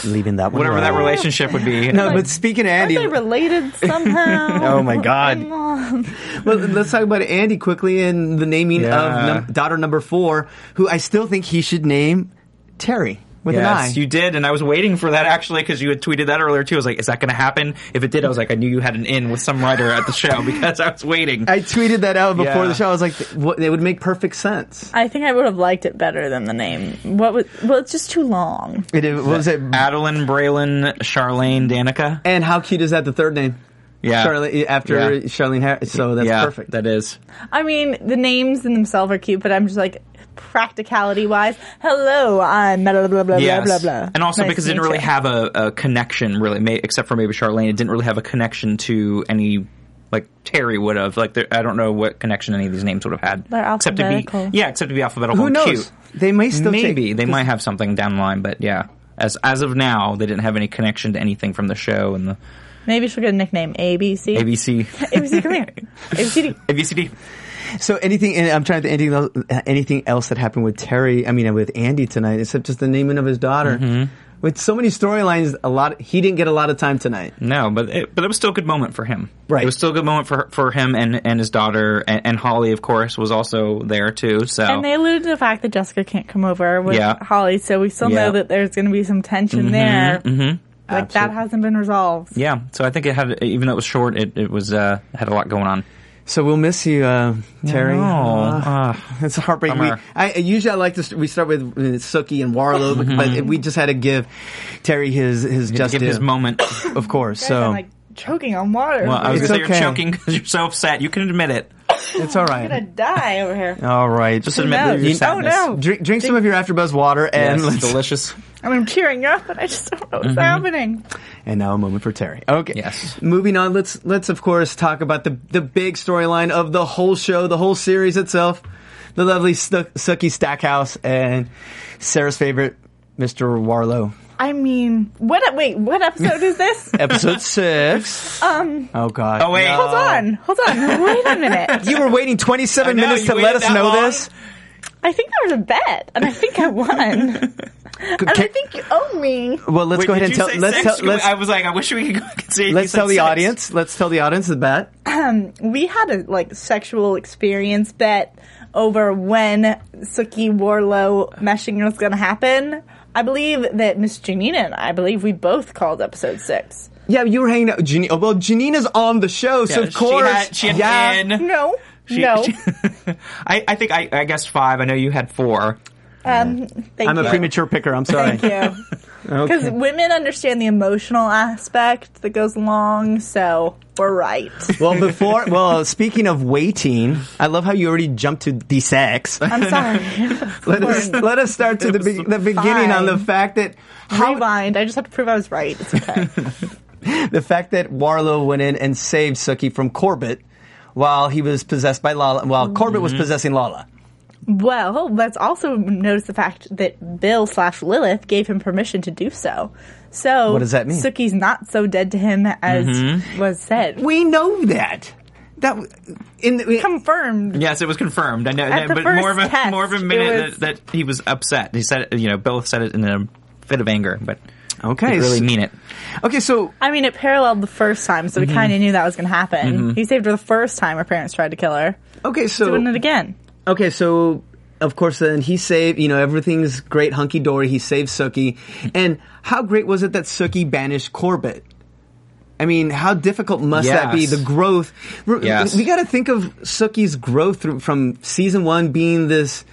G: Leaving that one.
H: Whatever that relationship would be.
G: No, but speaking of
D: are
G: Andy,
D: they related somehow?
G: Oh, my God.
D: Come on.
G: well, let's talk about Andy quickly and the naming
H: Yeah.
G: of num- daughter number four, who I still think he should name Terry with
H: yes,
G: an I.
H: you did, and I was waiting for that actually because you had tweeted that earlier too. I was like, is that going to happen? If it did, I was like, I knew you had an in with some writer at the show because I was waiting.
G: I tweeted that out before
H: Yeah.
G: the show. I was like, what, it would make perfect sense.
D: I think I would have liked it better than the name. What was, well, it's just too long.
G: It, what was it?
H: Adeline, Braylon, Charlene, Danica.
G: And how cute is that? The third name.
H: Yeah,
G: Charlene, after
H: Yeah.
G: Charlene Harris. So that's
H: Yeah,
G: perfect.
H: That is.
D: I mean, the names in themselves are cute, but I'm just like practicality wise. Hello, I'm blah blah blah blah
H: yes.
D: blah blah.
H: And also
D: Nice
H: because
D: to
H: it didn't
D: meet
H: really
D: you.
H: have a, a connection, really, ma- except for maybe Charlene. It didn't really have a connection to any, like Terry would have. Like there, I don't know what connection any of these names would have had.
G: They're
H: except to
G: alphabetical.
H: be, yeah, except to be alphabetical.
G: Who
H: and
G: knows?
H: Cute.
G: They may still take-
H: maybe they might have something down the line, but yeah, as as of now, they didn't have any connection to anything from the show and the
D: Maybe she'll get a nickname ABC.
H: ABC
D: ABC, come here. ABCD.
H: ABCD.
G: So anything, and I'm trying to anything else, anything else that happened with Terry. I mean, with Andy tonight, except just the naming of his daughter.
H: Mm-hmm.
G: With so many storylines, a lot he didn't get a lot of time tonight.
H: No, but it, but it was still a good moment for him.
G: Right.
H: It was still a good moment for for him and and his daughter and, and Holly, of course, was also there too. So
D: And they alluded to the fact that Jessica can't come over with
H: Yeah.
D: Holly, so we still
H: Yeah.
D: know that there's going to be some tension
H: Mhm,
D: there.
H: mhm.
D: Like that hasn't been resolved.
H: Yeah, so I think it had, even though it was short, it, it was uh, had a lot going on. Oh,
G: So we'll miss you, uh, Terry.
H: No.
G: Uh,
H: ah.
G: it's a heartbreak. We,
H: Bummer.
G: I usually I like to. st- We start with uh, Sookie and Warlow,
H: Mhm.
G: but we just had to give Terry his his
H: had
G: just
H: to give his
G: due.
H: moment,
G: of course. so
D: I'm like choking on water.
H: well, I was
G: It's
H: going to say
G: okay.
H: you're choking because you're so upset. You can admit it.
G: it's
D: I'm
G: all right.
D: gonna die over here.
G: All right,
H: Just admit that your
G: You-
H: sadness. Oh, no.
G: Drink, drink some of your AfterBuzz water and
H: Yes,
G: let's-
H: delicious.
D: I mean, I'm tearing up, but I just don't know what's
G: Mhm.
D: happening.
G: And now a moment for Terry. Okay. Yes. Moving on, let's let's of course talk about the the big storyline of the whole show, the whole series itself. The lovely Stuck- Suki Stackhouse and Sarah's favorite, Mr. Warlow.
D: I mean, what? Wait, what episode is this?
G: Episode six.
D: Um.
G: Oh God.
D: Oh wait, hold on, hold on, wait a minute.
G: You were waiting 27
D: I know,
G: minutes
D: you
G: to let
D: waited
G: us
D: that
G: know
D: long?
G: this.
D: I think there was a bet, and I think I won. and I think you owe me.
G: Well, let's
H: Wait,
G: go ahead
H: did
G: and
H: you
G: tell.
H: say
G: Let's
H: six?
G: tell.
H: Can we-
G: Let's,
H: I was like, I wish we could see. if you
G: let's
H: said
G: tell the
H: six.
G: audience. Let's tell the audience the bet.
D: Um, we had a like sexual experience bet over when Suki Warlow meshing was going to happen. I believe that Miss Janina and I believe we both called episode six.
G: Yeah, you were hanging out. Jan- oh, well, Janina's on the show, so
H: Yeah,
G: of
H: she
G: course.
H: had- she had
G: yeah.
H: an in.
D: No,
H: She-
D: no.
H: she- I, I think I, I guessed five. I know you had four.
D: um, thank
G: I'm a
D: you.
G: premature picker. I'm sorry.
D: Thank you. Because women understand the emotional aspect that goes along, so we're right.
G: well, before, well, speaking of waiting, I love how you already jumped to the sex.
D: I'm sorry.
G: let us let us start to the, be- the beginning on the
D: fine.
G: fact that
D: Rewind. I just have to prove I was right. It's okay.
G: the fact that Warlow went in and saved Suki from Corbett while he was possessed by Lala, while Corbett was
H: Mhm.
G: possessing Lala.
D: Well, let's also notice the fact that Bill slash Lilith gave him permission to do so. So
G: What does that mean?
D: Suki's not so dead to him as
H: Mhm.
G: Mm-hmm.
D: was said.
G: We know that. That in,
D: confirmed.
H: Yes, it was confirmed. I know,
D: At the
H: but
D: first
H: more of a
D: test,
H: more of a
D: it
H: minute
D: was-
H: that, that he was upset. He said, it- you know, Bill said it in a fit of anger, but
G: okay,
H: didn't really
G: so-
H: mean it.
G: Okay, so
D: I mean, it paralleled the first time, so we
G: Mm-hmm.
H: Mhm.
D: kind of knew that was going to happen.
G: Mhm.
D: He saved her the first time her parents tried to kill her.
G: Okay, so
D: doing it again.
G: Okay, so of course, then he saved. You know, everything's great, hunky dory. He saved Suki, and how great was it that Suki banished Corbett? I mean, how difficult must that be?
H: Yes.
G: The growth. R-
H: Yes.
G: We got to think of Suki's growth through, from season one being this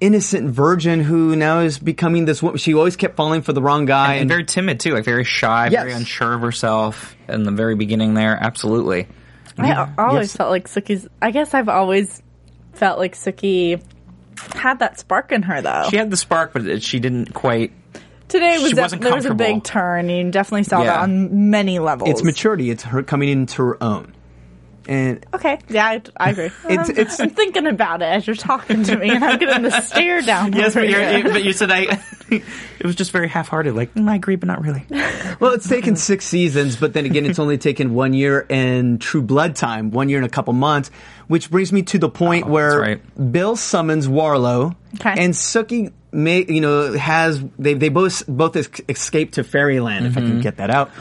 G: innocent virgin who now is becoming this woman. She always kept falling for the wrong guy.
H: And, very timid too, like very shy, very
G: Yes.
H: unsure of herself in the very beginning. There, absolutely.
D: I a- always
H: Yes.
D: felt like Suki's. I guess I've always felt like Suki had that spark in her, though.
H: She had the spark, but it- she didn't quite.
D: Today was
H: she
D: def-
H: wasn't
D: there was a
H: comfortable.
D: big turn. You definitely saw that
G: Yeah.
D: on many levels.
G: it's maturity. It's her coming into her own. And
D: Okay. Yeah, I, I agree. Um,
G: It's- it's-
D: I'm thinking about it as you're talking to me, and I'm getting the stare down.
H: Yes, but,
D: over
H: you're,
D: here.
H: but you said I. it was just very half-hearted. Like mm, I agree, but not really.
G: well, it's taken six seasons, but then again, it's only taken one year and True Blood time, one year and a couple months, which brings me to the
H: Oh,
G: point where Bill summons Warlow
D: Okay.
G: and Suki. May, you know has they they both both es- escape to fairyland if I
H: Mm-hmm.
G: can get that out.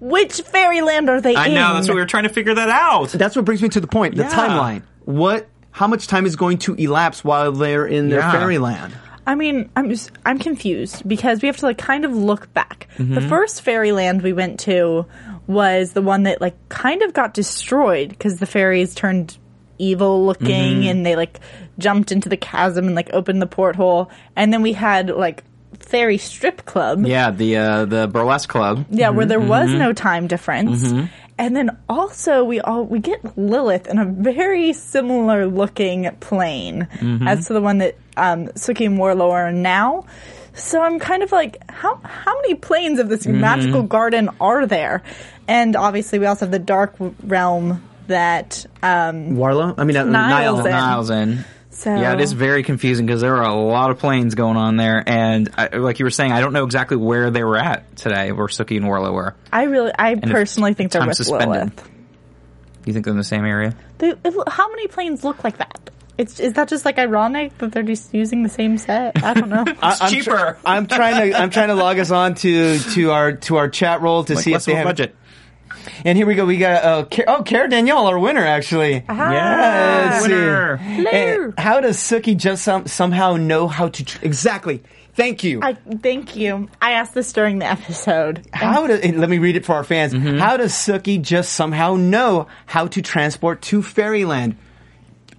D: Which fairyland are they
G: I
D: in?
G: know, that's what we
H: were trying to figure that out.
G: That's what brings me to the point. The
D: Yeah.
G: timeline. What? How much time is going to elapse while they're in their
D: Yeah.
G: fairyland?
D: I mean, I'm just, I'm confused because we have to like kind of look back. The
G: Mhm.
D: first fairyland we went to was the one that like kind of got destroyed because the fairies turned evil looking
I: Mhm.
D: and they like jumped into the chasm and like opened the porthole. And then we had like fairy strip club.
H: Yeah, the uh, the burlesque club.
D: Yeah, where there was
H: Mhm.
D: no time difference.
H: Mhm.
D: And then also we all we get Lilith in a very similar looking plane
H: Mm-hmm.
I: Mhm.
D: as to the one that um Suki and Warlow are in now. So I'm kind of like, how how many planes of this
I: Mhm.
H: Mm-hmm.
D: magical garden are there? And obviously we also have the dark realm that um
G: Warlow? I mean, uh,
D: Niles
G: Niles.
D: in.
H: Niles in.
D: So-
H: yeah, it is very confusing because there are a lot of planes going on there, and I, like you were saying, I don't know exactly where they were at today, where Suki and Warlow were.
D: I really I
H: And it's
D: personally think they're
H: time
D: with Lilith.
H: You think they're in the same area?
D: They, it- how many planes look like that? It's, is that just like ironic that they're just using the same set? I don't know.
G: I- I'm tr- I'm trying to I'm trying to log us on to to our to our chat roll to
H: Like,
G: see
H: what's
G: if they
H: the
G: have
H: budget?
G: And here we go. We got uh, Car- oh Cara Danielle, our winner actually. Yeah, let's see.
H: winner.
G: And How does Suki just some, somehow know how to tr- exactly? Thank you.
D: I thank you. I asked this during the episode.
G: how does and let me read it for our fans?
H: Mm-hmm.
G: How does Suki just somehow know how to transport to Fairyland?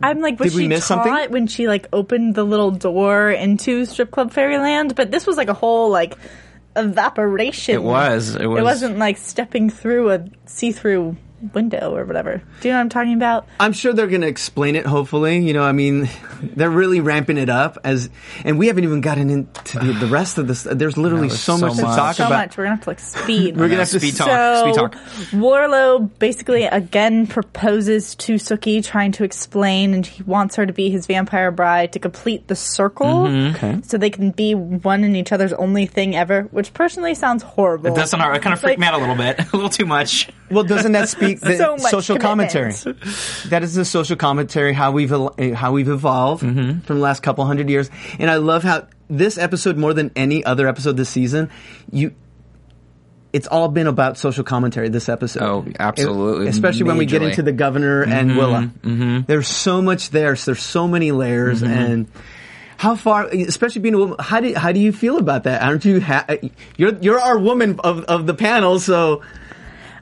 D: I'm like, was
G: Did we
D: she
G: miss
D: taught
G: something?
D: when she like opened the little door into strip club fairyland? But this was like a whole like evaporation.
H: It was. It was-
D: not like stepping through a see-through window or whatever. Do you know what I'm talking about?
G: I'm sure they're going to explain it. Hopefully, you know. I mean, they're really ramping it up as, and we haven't even gotten into the, the rest of this. There's literally
H: there's
G: so,
H: so
G: much, to talk
D: so
G: about.
D: much. We're gonna have to like speed.
G: We're gonna have to Speed talk, speed
D: So,
G: talk.
D: Warlow basically again proposes to Suki, trying to explain, and he wants her to be his vampire bride to complete the circle,
G: Mm-hmm.
H: Mhm. Okay.
D: so they can be one and each other's only thing ever. Which personally sounds horrible.
H: That's not. It kind of freaked me out a little bit, a little too much.
G: Well, doesn't that speak the
D: So much
G: social
D: commitment.
G: commentary? That is the social commentary how we've el- eh, how we've evolved from the last couple hundred years, and I love how this episode more than any other episode this season, you. It's all been about social commentary this episode. Oh,
H: absolutely.
G: especially when we get
H: Majorly.
G: into the governor and
H: Mhm,
G: Willa. There's so much there. So there's so many layers,
H: Mhm.
G: and how far, especially being a woman, how do how do you feel about that? Aren't you? Ha- eh, you're you're our woman of of the panel, so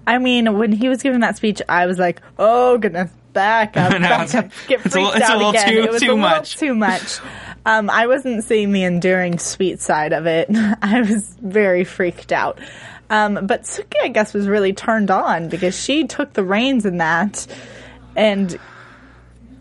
D: I mean, when he was giving that speech, I was like, "Oh goodness, back up,
G: I know,
D: back
G: it's-
D: up, get freaked
G: it's a little- it's a
D: out
G: little
D: again."
G: too-
D: it was
G: too
D: a little
G: much.
D: too much. Um, I wasn't seeing the enduring sweet side of it. I was very freaked out. Um, but Suki, I guess, was really turned on because she took the reins in that, and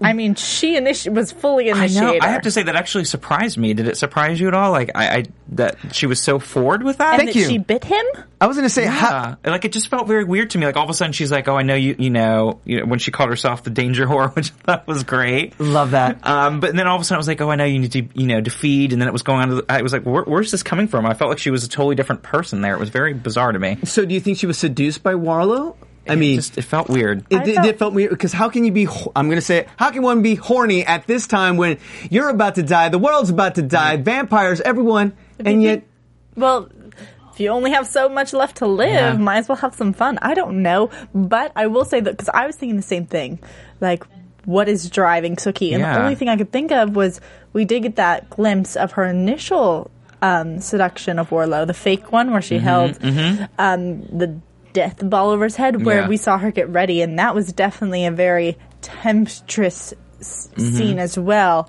D: I mean, she initi- was fully
H: I
D: initiated.
H: know. I have to say that actually surprised me. Did it surprise you at all? Like I, I that she was so forward with that.
D: and that She bit him.
G: I was gonna say
H: Yeah. Uh, like it just felt very weird to me. Like all of a sudden she's like, "Oh, I know you. You know, you know when she called herself the danger whore, which I thought was great.
G: Love that.
H: Um, but then all of a sudden I was like, "Oh, I know you need to, you know, to feed." And then it was going on. To the, I was like, Where, "Where's this coming from?" I felt like she was a totally different person there. It was very bizarre to me.
G: So do you think she was seduced by Warlow? I mean,
H: Just it felt weird.
G: It, did- it,
D: felt-
G: felt weird because how can you be? ho- I'm gonna say, it, how can one be horny at this time when you're about to die, the world's about to die, vampires, everyone, and yet
D: Well, if you only have so much left to live, might as well have some fun. I don't know, but I will say that because I was thinking the same thing, like what is driving Sookie, and the
H: Yeah.
D: only thing I could think of was we did get that glimpse of her initial um, seduction of Warlow, the fake one where she
H: Mm-hmm,
D: held um, the death ball over his head, where
H: Yeah.
D: we saw her get ready, and that was definitely a very temptress s-
H: Mm-hmm.
D: scene as well.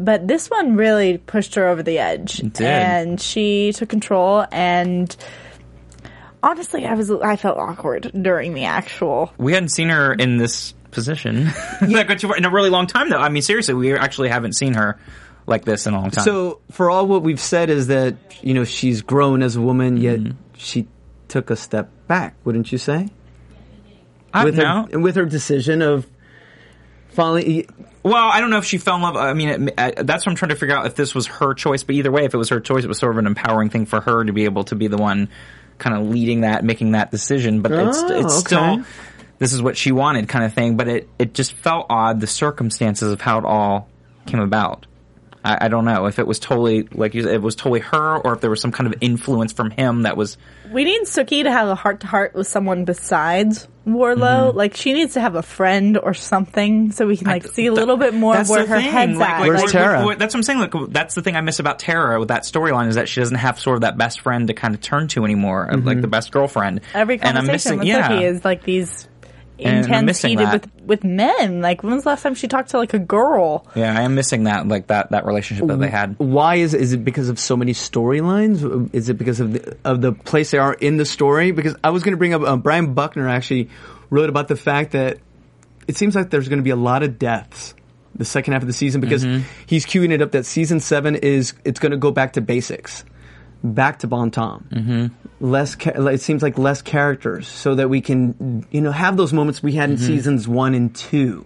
D: But this one really pushed her over the edge,
H: did.
D: and she took control. And honestly, I was I felt awkward during the actual.
H: We hadn't seen her in this position like, which- in a really long time, though. I mean, seriously, we actually haven't seen her like this in a long time.
G: So for all what we've said is that you know she's grown as a woman, yet
H: Mm-hmm.
G: she took a step back, wouldn't you say?
H: I
G: With
H: don't know.
G: her and with her decision of finally,
H: Well, I don't know if she fell in love. I mean, it, uh, that's what I'm trying to figure out if this was her choice. But either way, if it was her choice, it was sort of an empowering thing for her to be able to be the one kind of leading that, making that decision. But it's
G: Oh,
H: it's
G: okay.
H: still this is what she wanted kind of thing. But it it just felt odd the circumstances of how it all came about. I, I don't know if it was totally like you said, it was totally her, or if there was some kind of influence from him that was
D: We need Suki to have a heart to heart with someone besides Warlow.
H: Mm-hmm.
D: Like she needs to have a friend or something, so we can like see a little bit more of
H: That's
D: where
H: the
D: her
H: thing.
D: head's
H: like,
D: at.
H: like,
G: Where's
H: like,
G: Tara?
H: like, that's what I'm saying. Like, that's the thing I miss about Tara with that storyline is that she doesn't have sort of that best friend to kind of turn to anymore, uh,
G: Mm-hmm.
H: like the best girlfriend.
D: Every
H: And I'm
D: conversation
H: missing-
D: with
H: yeah.
D: Suki is like these
H: And I'm
D: intense
H: missing
D: heated
H: that.
D: with with men. Like when was the last time she talked to like a girl?
H: Yeah, I am missing that, like that that relationship that they had.
G: why is is it because of so many storylines? Is it because of the, of the place they are in the story? Because I was going to bring up uh, Brian Buckner actually wrote about the fact that it seems like there's going to be a lot of deaths the second half of the season because
H: Mm-hmm.
G: he's queuing it up that season seven is it's going to go back to basics, back to bon ton. Mm-hmm. Less, cha- like, it seems like less characters, so that we can you know have those moments we had in seasons one and two.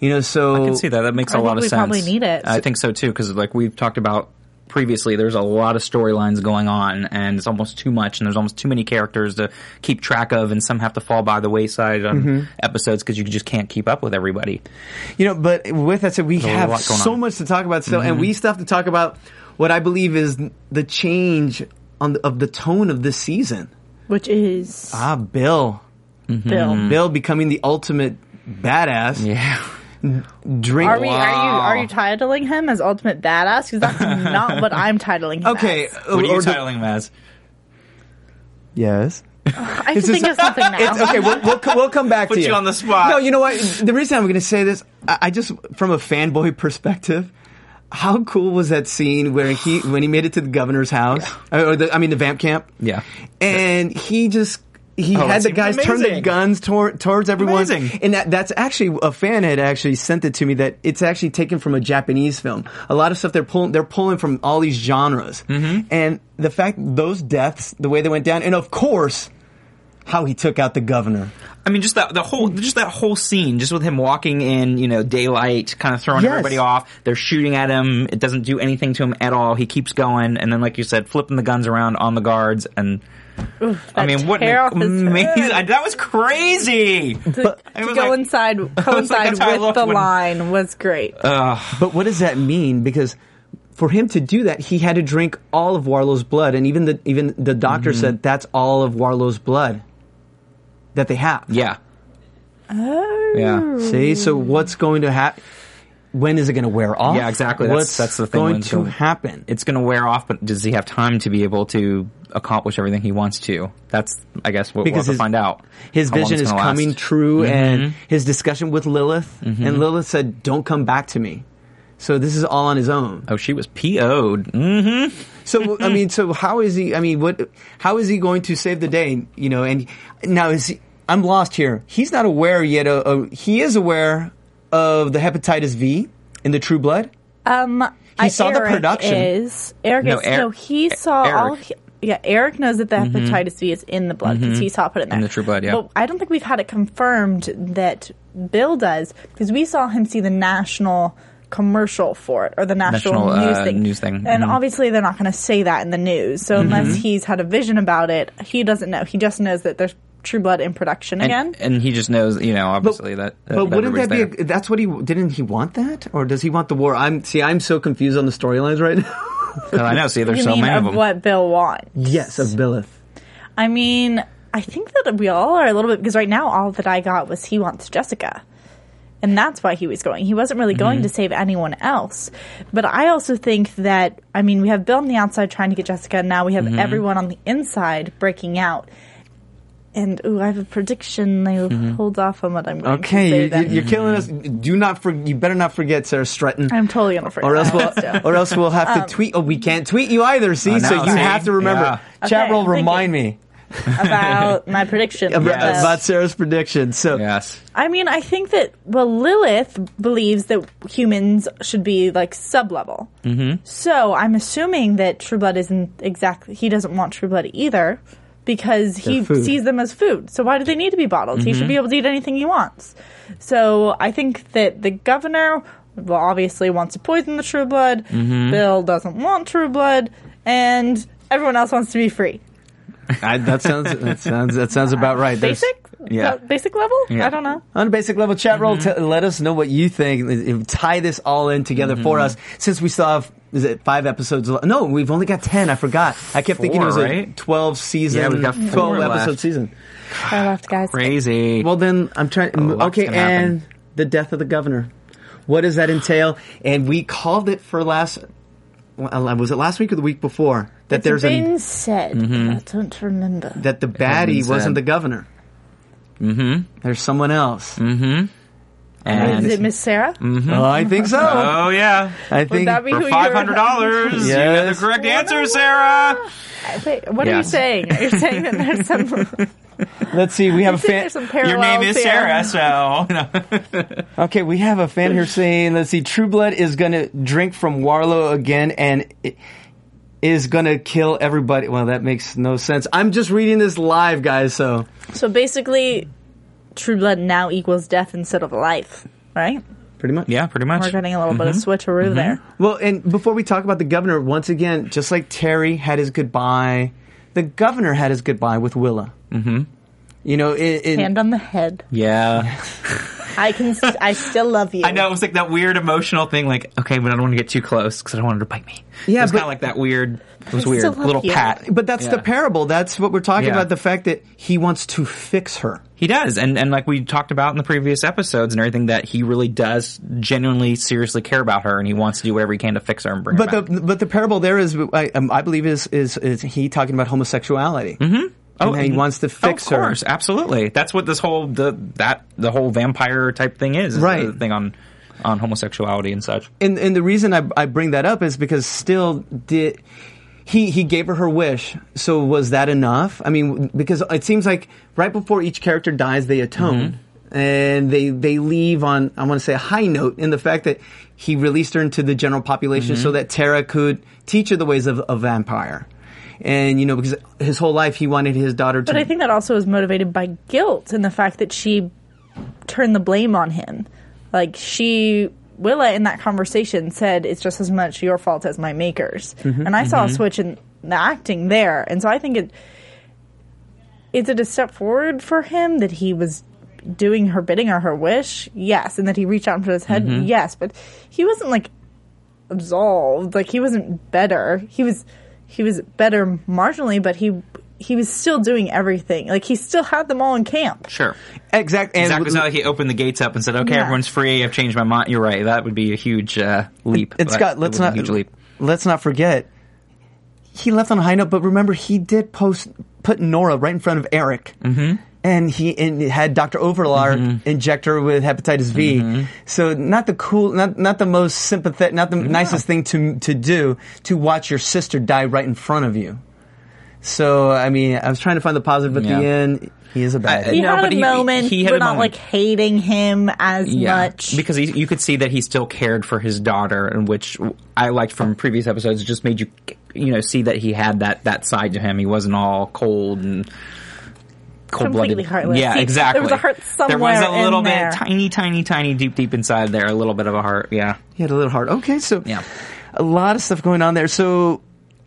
G: You know, so
H: Mm-hmm. I can see that. That makes a
D: I
H: lot
D: think
H: of
D: we
H: sense.
D: probably need it.
H: I think so too, because like we've talked about previously, there's a lot of storylines going on, and it's almost too much, and there's almost too many characters to keep track of, and some have to fall by the wayside on
G: Mm-hmm.
H: episodes because you just can't keep up with everybody.
G: You know, but with that said, we
H: a
G: have
H: lot going
G: so
H: on. Mm-hmm.
G: much to talk about still, and we still have to talk about what I believe is the change on the, of the tone of this season.
D: Which is
G: Ah, Bill,
H: Mm-hmm.
D: Bill.
G: Mm. Bill becoming the ultimate badass.
H: Yeah.
G: Drink.
D: Are we? Are you? Are you titling him as ultimate badass? Because that's not what I'm titling him.
G: okay?
D: as.
H: What are you
G: or the-
H: titling him as?
G: yes.
D: I have to think of something now.
G: It's, okay, we'll, we'll, co- we'll come back
H: Put
G: to
H: you
G: you.
H: on the spot.
G: No, you know what? The reason I'm going to say this, I, I just from a fanboy perspective, how cool was that scene where he when he made it to the governor's house Uh, or the I mean the vamp camp?
H: Yeah.
G: and he just.
D: Oh,
G: He
H: that
G: had the
H: seemed
G: guys turn their
H: amazing.
G: guns tor- towards everyone,
H: Amazing.
G: and that, that's actually a fan had actually sent it to me that it's actually taken from a Japanese film. A lot of stuff they're pulling they're pulling from all these genres, and the fact those deaths, the way they went down, and of course, how he took out the governor.
H: I mean, just that the whole just that whole scene, just with him walking in, you know, daylight, kind of throwing
G: Yes.
H: everybody off. They're shooting at him. It doesn't do anything to him at all. He keeps going, and then, like you said, flipping the guns around on the guards. And I mean, what
D: tear
H: an
D: off his
H: amazing!
D: head.
H: I- that was crazy.
D: to go inside, coincide
H: that's how I
D: with
H: looked
D: the
H: when-
D: line was great.
G: But what does that mean? Because for him to do that, he had to drink all of Warlow's blood, and even the even the doctor said that's all of Warlow's blood that they have.
H: yeah.
G: Oh.
H: Yeah.
G: See, so what's going to happen? When is it going to wear off?
H: Mm. Yeah, exactly. That's-
G: what's
H: that's the thing,
G: going
H: when's
G: to
H: the-
G: happen?
H: It's going to wear off, but does he have time to be able to accomplish everything he wants to? That's, I guess, what we'll
G: Because
H: have to
G: his-
H: find out.
G: His
H: how long
G: vision
H: it's
G: is
H: gonna
G: coming
H: last. Mm-hmm.
G: true, and his discussion with Lilith, and Lilith said, "Don't come back to me." So this is all on his own.
H: Oh, she was PO'd. Mm-hmm.
G: So I mean, so how is he? I mean, what? How is he going to save the day? You know, and now is he, I'm lost here. He's not aware yet. Of, of, he is aware of the hepatitis V in the True Blood?
D: Um,
G: He saw the production.
D: Is Eric?
G: No,
D: is,
G: Er-
D: no
H: E-,
D: he saw
G: Eric.
D: all. He, yeah, Eric knows that the
H: Mhm.
D: hepatitis V is in the blood because
H: Mhm.
D: he saw it put in there.
H: In the True Blood, yeah.
D: But I don't think we've had it confirmed that Bill does because we saw him see the national commercial for it or the national,
H: National,
D: news
H: uh,
D: thing.
H: news thing.
D: And
H: Mhm.
D: obviously, they're not going to say that in the news. So unless
H: Mhm.
D: he's had a vision about it, he doesn't know. He just knows that there's True Blood in production again.
H: and, and he just knows, you know, obviously that. that
G: but wouldn't
H: everybody's
G: that be?
H: there.
G: A, that's what he didn't. He want that, or does he want the war? I'm see. I'm so confused on the storylines right now.
H: I know. See,
D: you mean of what Bill wants?
G: Yes, of Billith.
D: I mean, I think that we all are a little bit because right now all that I got was he wants Jessica. And that's why he was going. He wasn't really going
G: Mm-hmm.
I: Mhm.
D: to save anyone else. But I also think that I mean, we have Bill on the outside trying to get Jessica, and now we have
G: Mm-hmm.
I: Mhm.
D: everyone on the inside breaking out. And ooh, I have a prediction. I will
G: Mhm.
D: hold off on what I'm going to say
G: Okay, you,
D: then.
G: you, you're killing us. Do not for, You better not forget Sarah Stratton.
D: I'm totally gonna forget.
G: or else
D: that
G: we'll,
D: one still.
G: or else we'll have to
D: Um,
G: tweet. Oh, we can't tweet you either. See,
H: I
G: so
H: know,
G: you
H: see?
G: have to remember.
D: Yeah.
G: Chat
D: Okay,
G: will
D: thank
G: remind me
D: about my prediction.
G: about,
D: Yes.
G: about Sarah's prediction. So
H: yes,
D: I mean, I think that well, Lilith believes that humans should be like sub-level.
H: Mm-hmm.
D: So I'm assuming that True Blood isn't exactly. He doesn't want True Blood either because he
I: They're food.
D: sees them as food. So why do they need to be bottled? He should
I: Mhm.
D: be able to eat anything he wants. So I think that the governor well, obviously wants to poison the True Blood.
H: Mhm.
D: Bill doesn't want True Blood, and everyone else wants to be free.
G: I, that sounds that sounds that sounds about right. There's-
D: Basic,
G: Yeah.
D: basic level.
G: Yeah.
D: I don't know.
G: On a basic level, chat roll,
H: Mm-hmm.
G: t- let us know what you think. Uh, Tie this all in together for
H: Mm-hmm.
G: us. Since we still have, is it five episodes? le- No, we've only got ten. I forgot. I kept thinking it
H: Four,
G: was a
H: right?
G: twelve season,
H: Yeah, we've got four
G: twelve episode
H: left.
G: season.
D: I left, guys.
H: Crazy.
G: Well, then I'm trying. okay,
H: gonna happen.
G: and the death of the governor. What does that entail? And we called it for last. well, uh, Was it last week or the week before that
D: It's
G: there's
D: been
G: a
D: said.
G: Mhm.
D: I don't remember.
G: that the
H: has been
G: baddie wasn't
H: said.
G: the governor?
H: Mm-hmm.
G: There's someone else.
H: Mm-hmm.
D: Is it Miss Sarah?
H: Mm-hmm.
G: Oh, I think so.
H: Oh yeah.
G: I think
D: that be who
H: for
D: you're-
H: five hundred dollars. You had the correct answer, Sarah.
D: I- Wait, what are you
H: Yes.
D: saying? You're saying that there's some.
G: Let's see. We have a
D: think
G: fan.
D: there's some
H: Your name is Sarah,
D: parallels
H: so
G: Okay, we have a fan here saying, "Let's see, True Blood is gonna drink from Warlow again and i- is gonna kill everybody." Well, that makes no sense. I'm just reading this live, guys. So
D: So basically, True Blood now equals death instead of life, right?
G: pretty much,
H: yeah, pretty
D: We're getting a little bit of switcheroo there.
G: Well, and before we talk about the governor, once again, just like Terry had his goodbye, the governor had his goodbye with Willa.
H: Mm-hmm.
G: You know, it, it,
D: Hand on the head.
H: Yeah.
D: I can. s- I still love you.
H: I know it was like that weird emotional thing, like okay, but I don't want to get too close because I don't want her to bite me.
G: Yeah,
H: it was
G: but-
H: kind of like that weird. It was
G: I
H: weird,
G: still love
H: little
G: you.
H: pat.
G: But that's the
H: Yeah.
G: parable. That's what we're talking
H: Yeah.
G: about. The fact that he wants to fix her.
H: He does, and and like we talked about in the previous episodes and everything, that he really does genuinely, seriously care about her, and he wants to do whatever he can to fix her and bring
G: But
H: her
G: the
H: back.
G: but the parable there is, I, um, I believe, is, is is he talking about homosexuality? Mm-hmm. Oh, and he wants to fix
H: of
G: her.
H: course, absolutely. That's what this whole the that the whole vampire type thing is, is
G: Right.
H: The thing on on homosexuality and such.
G: And and the reason I, I bring that up is because still did he he gave her her wish. So was that enough? I mean, because it seems like right before each character dies, they atone. And they, they leave on I want to say a high note in the fact that he released her into the general population
K: Mhm.
G: so that Tara could teach her the ways of a vampire, and you know because his whole life he wanted his daughter to
D: But I think that also is motivated by guilt and the fact that she turned the blame on him. Like she, Willa, in that conversation said, "It's just as much your fault as my maker's."
I: Mhm.
D: And I saw a
I: Mhm.
D: switch in the acting there, and so I think it is it a step forward for him that he was doing her bidding or her wish, yes, and that he reached out for his head,
I: Mhm.
D: yes, but he wasn't like absolved. Like he wasn't better. He was he was better marginally, but he he was still doing everything. Like he still had them all in camp.
H: Sure.
G: Exactly.
H: exactly. It's not like he opened the gates up and said, "Okay,
D: Yeah.
H: everyone's free. I've changed my mind." You're right. That would be a huge uh, leap.
G: And
H: That
G: Scott, let's
H: would
G: not
H: be a huge leap.
G: let's not forget he left on a high note. But remember, he did post put Nora right in front of Eric, mm-hmm. and he and it had Doctor Overlar
H: Mm-hmm.
G: inject her with hepatitis V. So not the cool, not not the most sympathetic, not the nicest thing to to do to watch your sister die right in front of you. So I mean, I was trying to find the positive at
H: Yeah.
G: the end. He is a bad.
D: He had a moment.
H: he had
D: We're
H: a
D: not
H: moment.
D: like hating him as much.
H: because he, you could see that he still cared for his daughter, and which I liked from previous episodes. It Just made you, you know, see that he had that that side to him. He wasn't all cold and cold blooded.
D: Completely heartless.
H: Yeah,
D: He-
H: exactly.
D: there was a heart
H: There was
D: somewhere
H: a little
D: in
H: bit,
D: there.
H: tiny, tiny, tiny, deep, deep inside there, a little bit of a heart. Yeah,
G: He had a little heart. Okay, so
H: Yeah.
G: a lot of stuff going on there. So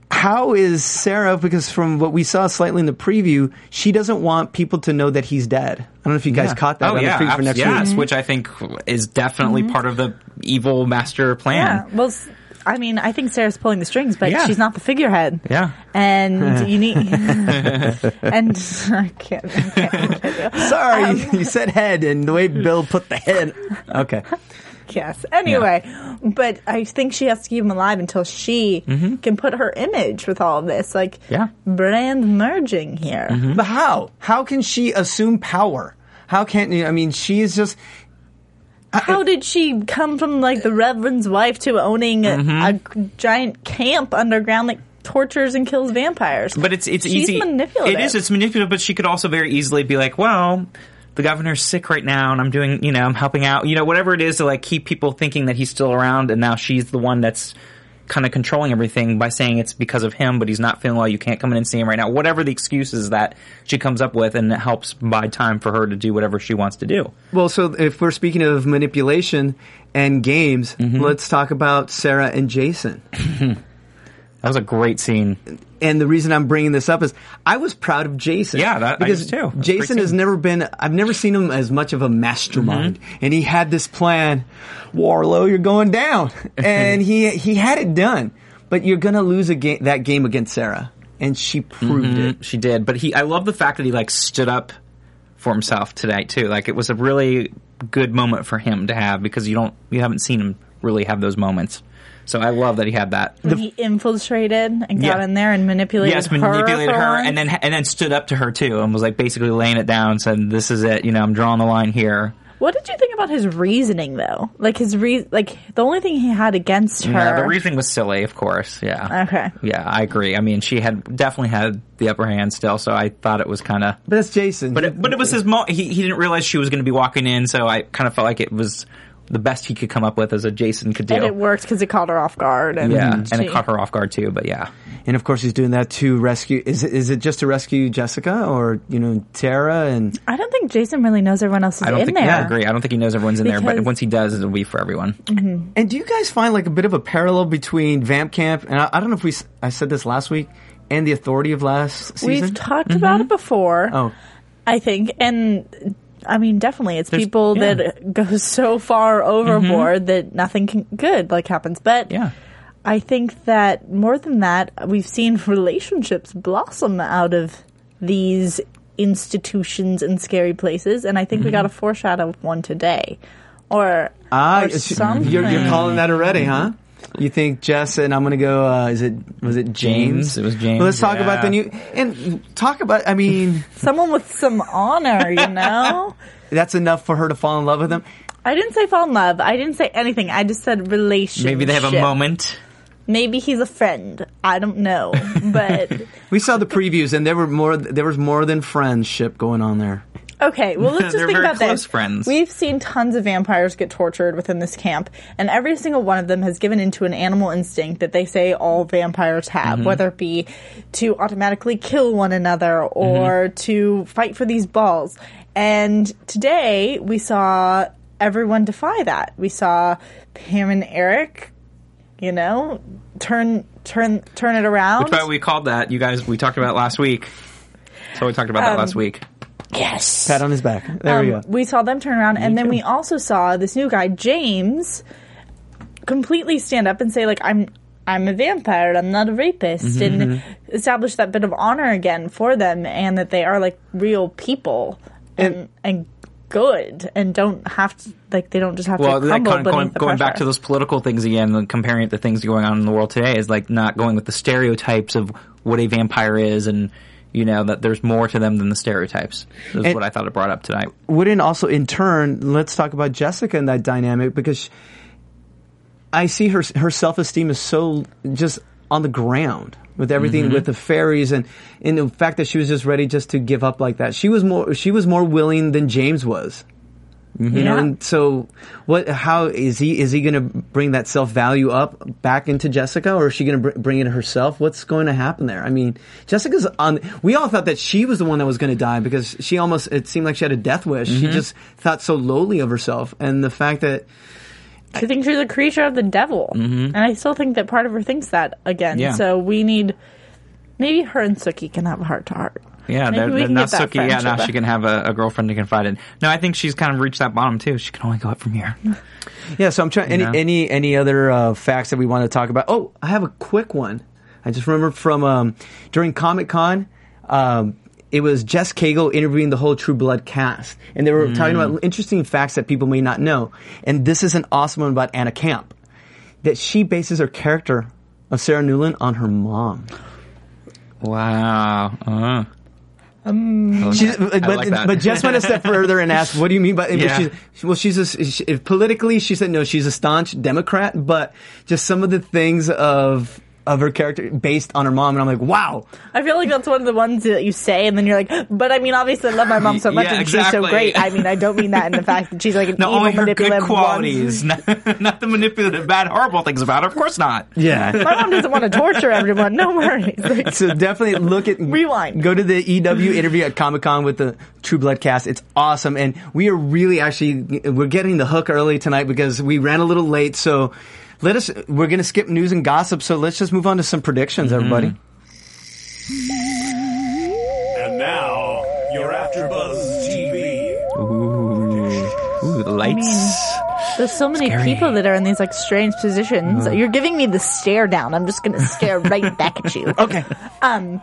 G: how is Sarah? Because from what we saw slightly in the preview, she doesn't want people to know that he's dead. I don't know if you guys caught that
H: oh
G: on
H: yeah,
G: the preview
H: abs-
G: for next
H: yes,
G: week.
H: which I think is definitely part of the evil master
D: Mm-hmm. Yeah.
H: plan.
D: Well, s- I mean, I think Sarah's pulling the strings, but
H: Yeah.
D: she's not the figurehead.
H: Yeah.
D: And you need. and I can't. I can't.
G: Sorry,
H: Um,
G: you said head, and the way Bill put the head. Okay.
D: Yes. Anyway, but I think she has to keep him alive until she can put her image with all of this, like
H: Mm-hmm. Yeah. Mm-hmm.
D: brand merging here.
G: But how? How can she assume power? How can you? I mean, she is just.
D: How did she come from like the reverend's wife to owning a-
H: Mm-hmm.
D: a, giant camp underground that tortures and kills vampires?
H: But it's it's
D: She's
H: easy.
D: manipulative.
H: It is. It's manipulative. But she could also very easily be like, well. The governor's sick right now, and I'm doing, you know, I'm helping out, you know, whatever it is to like keep people thinking that he's still around, and now she's the one that's kind of controlling everything by saying it's because of him, but he's not feeling well, you can't come in and see him right now. Whatever the excuses that she comes up with, and it helps buy time for her to do whatever she wants to do.
G: Well, so if we're speaking of manipulation and games, let's talk about Sarah and Jason.
H: That was a great scene.
G: and the reason I'm bringing this up is I was proud of Jason.
H: Yeah, that- I
G: because
H: was too. That was a great
G: Jason has
H: scene.
G: never been. I've never seen him as much of a mastermind,
H: Mm-hmm.
G: and he had this plan. Warlow, you're going down, and he he had it done. But you're gonna lose a game that game against Sarah, and she proved it.
H: She did, but he. I love the fact that he like stood up for himself tonight too. Like it was a really good moment for him to have because you don't, you haven't seen him really have those moments. So I love that he had that.
D: he infiltrated and got
H: Yeah.
D: in there and manipulated
H: yes,
D: her
H: manipulated
D: for
H: her,
D: once.
H: and then and then stood up to her too, and was like basically laying it down, saying, "This is it. You know, I'm drawing the line here."
D: What did you think about his reasoning, though? Like his re, like the only thing he had against her.
H: Yeah, the reasoning was silly, of course. Yeah.
D: Okay.
H: Yeah, I agree. I mean, she had definitely had the upper hand still, so I thought it was kind of
G: But that's Jason.
H: But it, but it was his mo- he he didn't realize she was going to be walking in, so I kind of felt like it was the best he could come up with as a Jason could do.
D: and it worked Mm-hmm. because it caught her off guard. And
H: yeah, and
D: she-
H: it caught her off guard too. But yeah,
G: and of course he's doing that to rescue. Is it, is it just to rescue Jessica or you know Tara and
D: I don't think Jason really knows everyone else is
H: I don't
D: in
H: think
D: there.
H: yeah, I agree. I don't think he knows everyone's in there, but
D: Because-
H: once he does, it'll be for everyone.
G: And do you guys find like a bit of a parallel between Vamp Camp and I, I don't know if we s- I said this last week and the Authority of last season?
D: We've talked
H: Mm-hmm.
D: about it before.
G: oh,
D: I think, and I mean, definitely, it's people
H: yeah. Mm-hmm.
D: that go so far overboard that nothing can, good like happens. But
H: Yeah.
D: I think that more than that, we've seen relationships blossom out of these institutions and scary places, and I think
H: Mm-hmm.
D: we got a foreshadow of one today, or
G: ah,
D: or
G: it's- you're, you're
D: something.
G: calling that already, huh? You think Jess and I'm gonna go? Uh, is it was it James?
H: James, it was James,
G: Well, let's talk about the
H: yeah.
G: new and talk about. I mean,
D: someone with some honor, you know.
G: that's enough for her to fall in love with him.
D: I didn't say fall in love. I didn't say anything. I just said relationship.
H: Maybe they have a moment.
D: Maybe he's a friend. I don't know, but
G: We saw the previews and there were more. There was more than friendship going on there.
D: okay. Well, let's just
H: They're
D: think
H: very
D: about
H: close
D: this.
H: friends.
D: We've seen tons of vampires get tortured within this camp, and every single one of them has given into an animal instinct that they say all vampires
H: Mm-hmm.
D: have, whether it be to automatically kill one another
H: Mm-hmm.
D: or to fight for these balls. And today we saw everyone defy that. We saw Pam and Eric, you know, turn turn turn it around.
H: Which by the way, we called that. You guys, we talked about it last week. So we talked about
D: Um,
H: that last week.
D: yes.
G: Pat on his back. There we go.
D: we saw them turn around, and then we also saw this new guy, James, completely stand up and say, like, I'm I'm a vampire, I'm not a rapist,
H: Mm-hmm,
D: and establish that bit of honor again for them and that they are like real people and and, good and don't have to like they don't just have
H: Well,
D: to
H: that
D: crumble
H: kind of going,
D: beneath the
H: going back
D: pressure.
H: to those political things again, and comparing it to things going on in the world today, is like not going with the stereotypes of what a vampire is, and you know that there's more to them than the stereotypes. Is
G: And-
H: what I thought it brought up tonight.
G: wouldn't also in turn let's talk about Jessica and that dynamic because sh I see her her self esteem is so just on the ground with everything
K: Mhm.
G: with the fairies and, and the fact that she was just ready just to give up like that. She was more she was more willing than James was. You know,
K: Yeah.
G: and so what? How is he? Is he going to bring that self value up back into Jessica, or is she going to br- bring it herself? What's going to happen there? I mean, Jessica's on. We all thought that she was the one that was going to die because she almost. It seemed like she had a death wish. She
D: Mhm.
G: just thought so lowly of herself, and the fact that
D: She thinks she's a creature of the devil,
H: Mm-hmm.
G: Mhm.
D: and I still think that part of her thinks that again.
G: Yeah.
D: So we need maybe her and Suki can have a heart to heart.
H: Yeah,
D: Maybe we
H: that, that,
D: can
H: now
D: get that
H: Suki, yeah, now
D: friendship
H: she can have a, a girlfriend to confide in. No, I think she's kind of reached that bottom too. She can only go up from here.
G: Yeah, so I'm trying. Any
H: You know?
G: any any other uh, facts that we want to talk about? Oh, I have a quick one. I just remembered from um, during Comic Con. Um, it was Jess Cagle interviewing the whole True Blood cast, and they were talking
K: Mm.
G: about interesting facts that people may not know. And this is an awesome one about Anna Camp, that she bases her character of Sarah Newland on her mom.
H: Wow. Uh.
D: Um,
G: She's, but, but Jess went a step further and asked, "What do you mean by?"
H: Yeah.
G: She's, well, she's a, she, if politically, she said no. She's a staunch Democrat, but just some of the things of of her character based on her mom, and I'm like, wow.
D: I feel like that's one of the ones that you say, and then you're like, "But I mean, obviously, I love my mom so
G: Yeah,
D: much, and she's
G: exactly.
D: so great." I mean, I don't mean that in the fact that she's like an
H: No,
D: evil,
H: only her good
D: manipulative. wand.
H: qualities, not, not the manipulative, bad, horrible things about her. Of course not.
D: my mom doesn't want to torture everyone. No worries. Like,
G: so definitely look at rewind. Go to the EW interview at Comic Con with the True Blood cast. It's awesome, and we are really actually we're getting the hook early tonight because we ran a little late. So let us. We're going to skip news and gossip. So let's just move on to some
H: Mm-hmm.
G: predictions, everybody.
F: And now, your After Buzz TV.
H: Ooh, Ooh the lights.
D: There's so many
H: Scary.
D: people that are in these like strange positions.
H: Mm.
D: You're giving me the stare down. I'm just gonna stare right back at
H: Oh,
D: you.
G: Okay.
D: Um,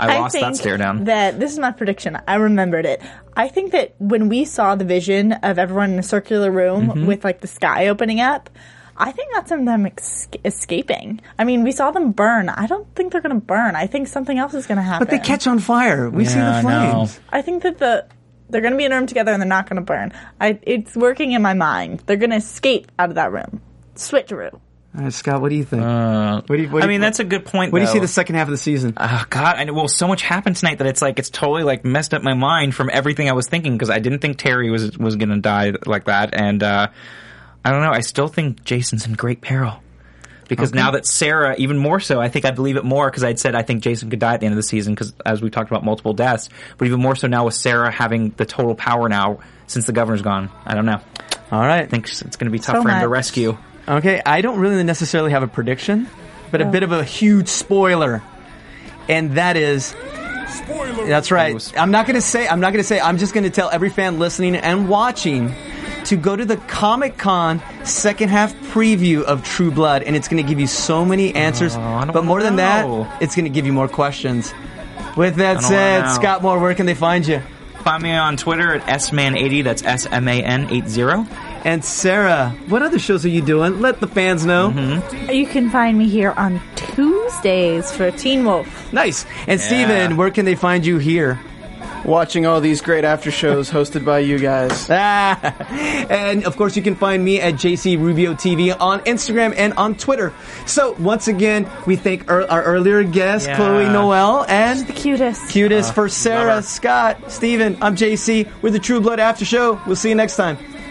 H: I lost that
D: think
H: stare down.
D: That this is my prediction. I remembered it. I think that when we saw the vision of everyone in a circular room
H: Mm-hmm.
I: Mhm.
D: with like the sky opening up, I think that's them them ex- escaping. I mean, we saw them burn. I don't think they're gonna burn. I think something else is gonna happen.
G: But they catch on fire. We see
H: Yeah,
G: the
H: I know.
G: flames.
D: I think that the they're going to be in a room together and they're not going to burn. I, it's working in my mind. They're going to escape out of that room. Switcheroo.
G: All right, Uh, Scott, what do you think? what do you, what do
H: I
G: you-
H: mean, that's a good point.
G: What do you see
H: though.
G: the second half of the season?
H: Oh God! I know, well, so much happened tonight that it's like it's totally like messed up my mind from everything I was thinking because I didn't think Terry was was gonna die like that, and uh, I don't know. I still think Jason's in great peril because
K: Okay.
H: now that Sarah, even more so, I think I believe it more because I'd said I think Jason could die at the end of the season because as we talked about multiple deaths, but even more so now with Sarah having the total power now since the governor's gone. I don't know.
G: All right, I
H: think it's gonna be tough
G: So
H: for him
G: much.
H: to rescue.
G: Okay, I don't really necessarily have a prediction, but a
H: Oh.
G: bit of a huge spoiler, and that is. That's right. I'm not gonna say. I'm not gonna say. I'm just gonna tell every fan listening and watching to go to the Comic Con second half preview of True Blood, and it's gonna give you so many answers. but more than
H: Uh, know.
G: that, it's gonna give you more questions. With
H: I
G: that
H: don't wanna
G: said,
H: know.
G: Scott Moore, where can they find you?
H: Find me on Twitter at sman80. That's s m a n 80.
G: And Sarah, what other shows are you doing? Let the fans know.
D: You can find me here on Tuesdays for Teen Wolf.
G: Nice. And Steven, where can they find you here?
K: Watching all these great after shows hosted by you guys.
G: and of course, you can find me at JC Rubio TV on Instagram and on Twitter. So once again, we thank our, our earlier guest,
K: Yeah.
G: Chloe Noel, and the
D: cutest,
G: cutest
K: Uh,
G: for Sarah, Scott, Steven. I'm JC. We're the True Blood After Show. We'll see you next time.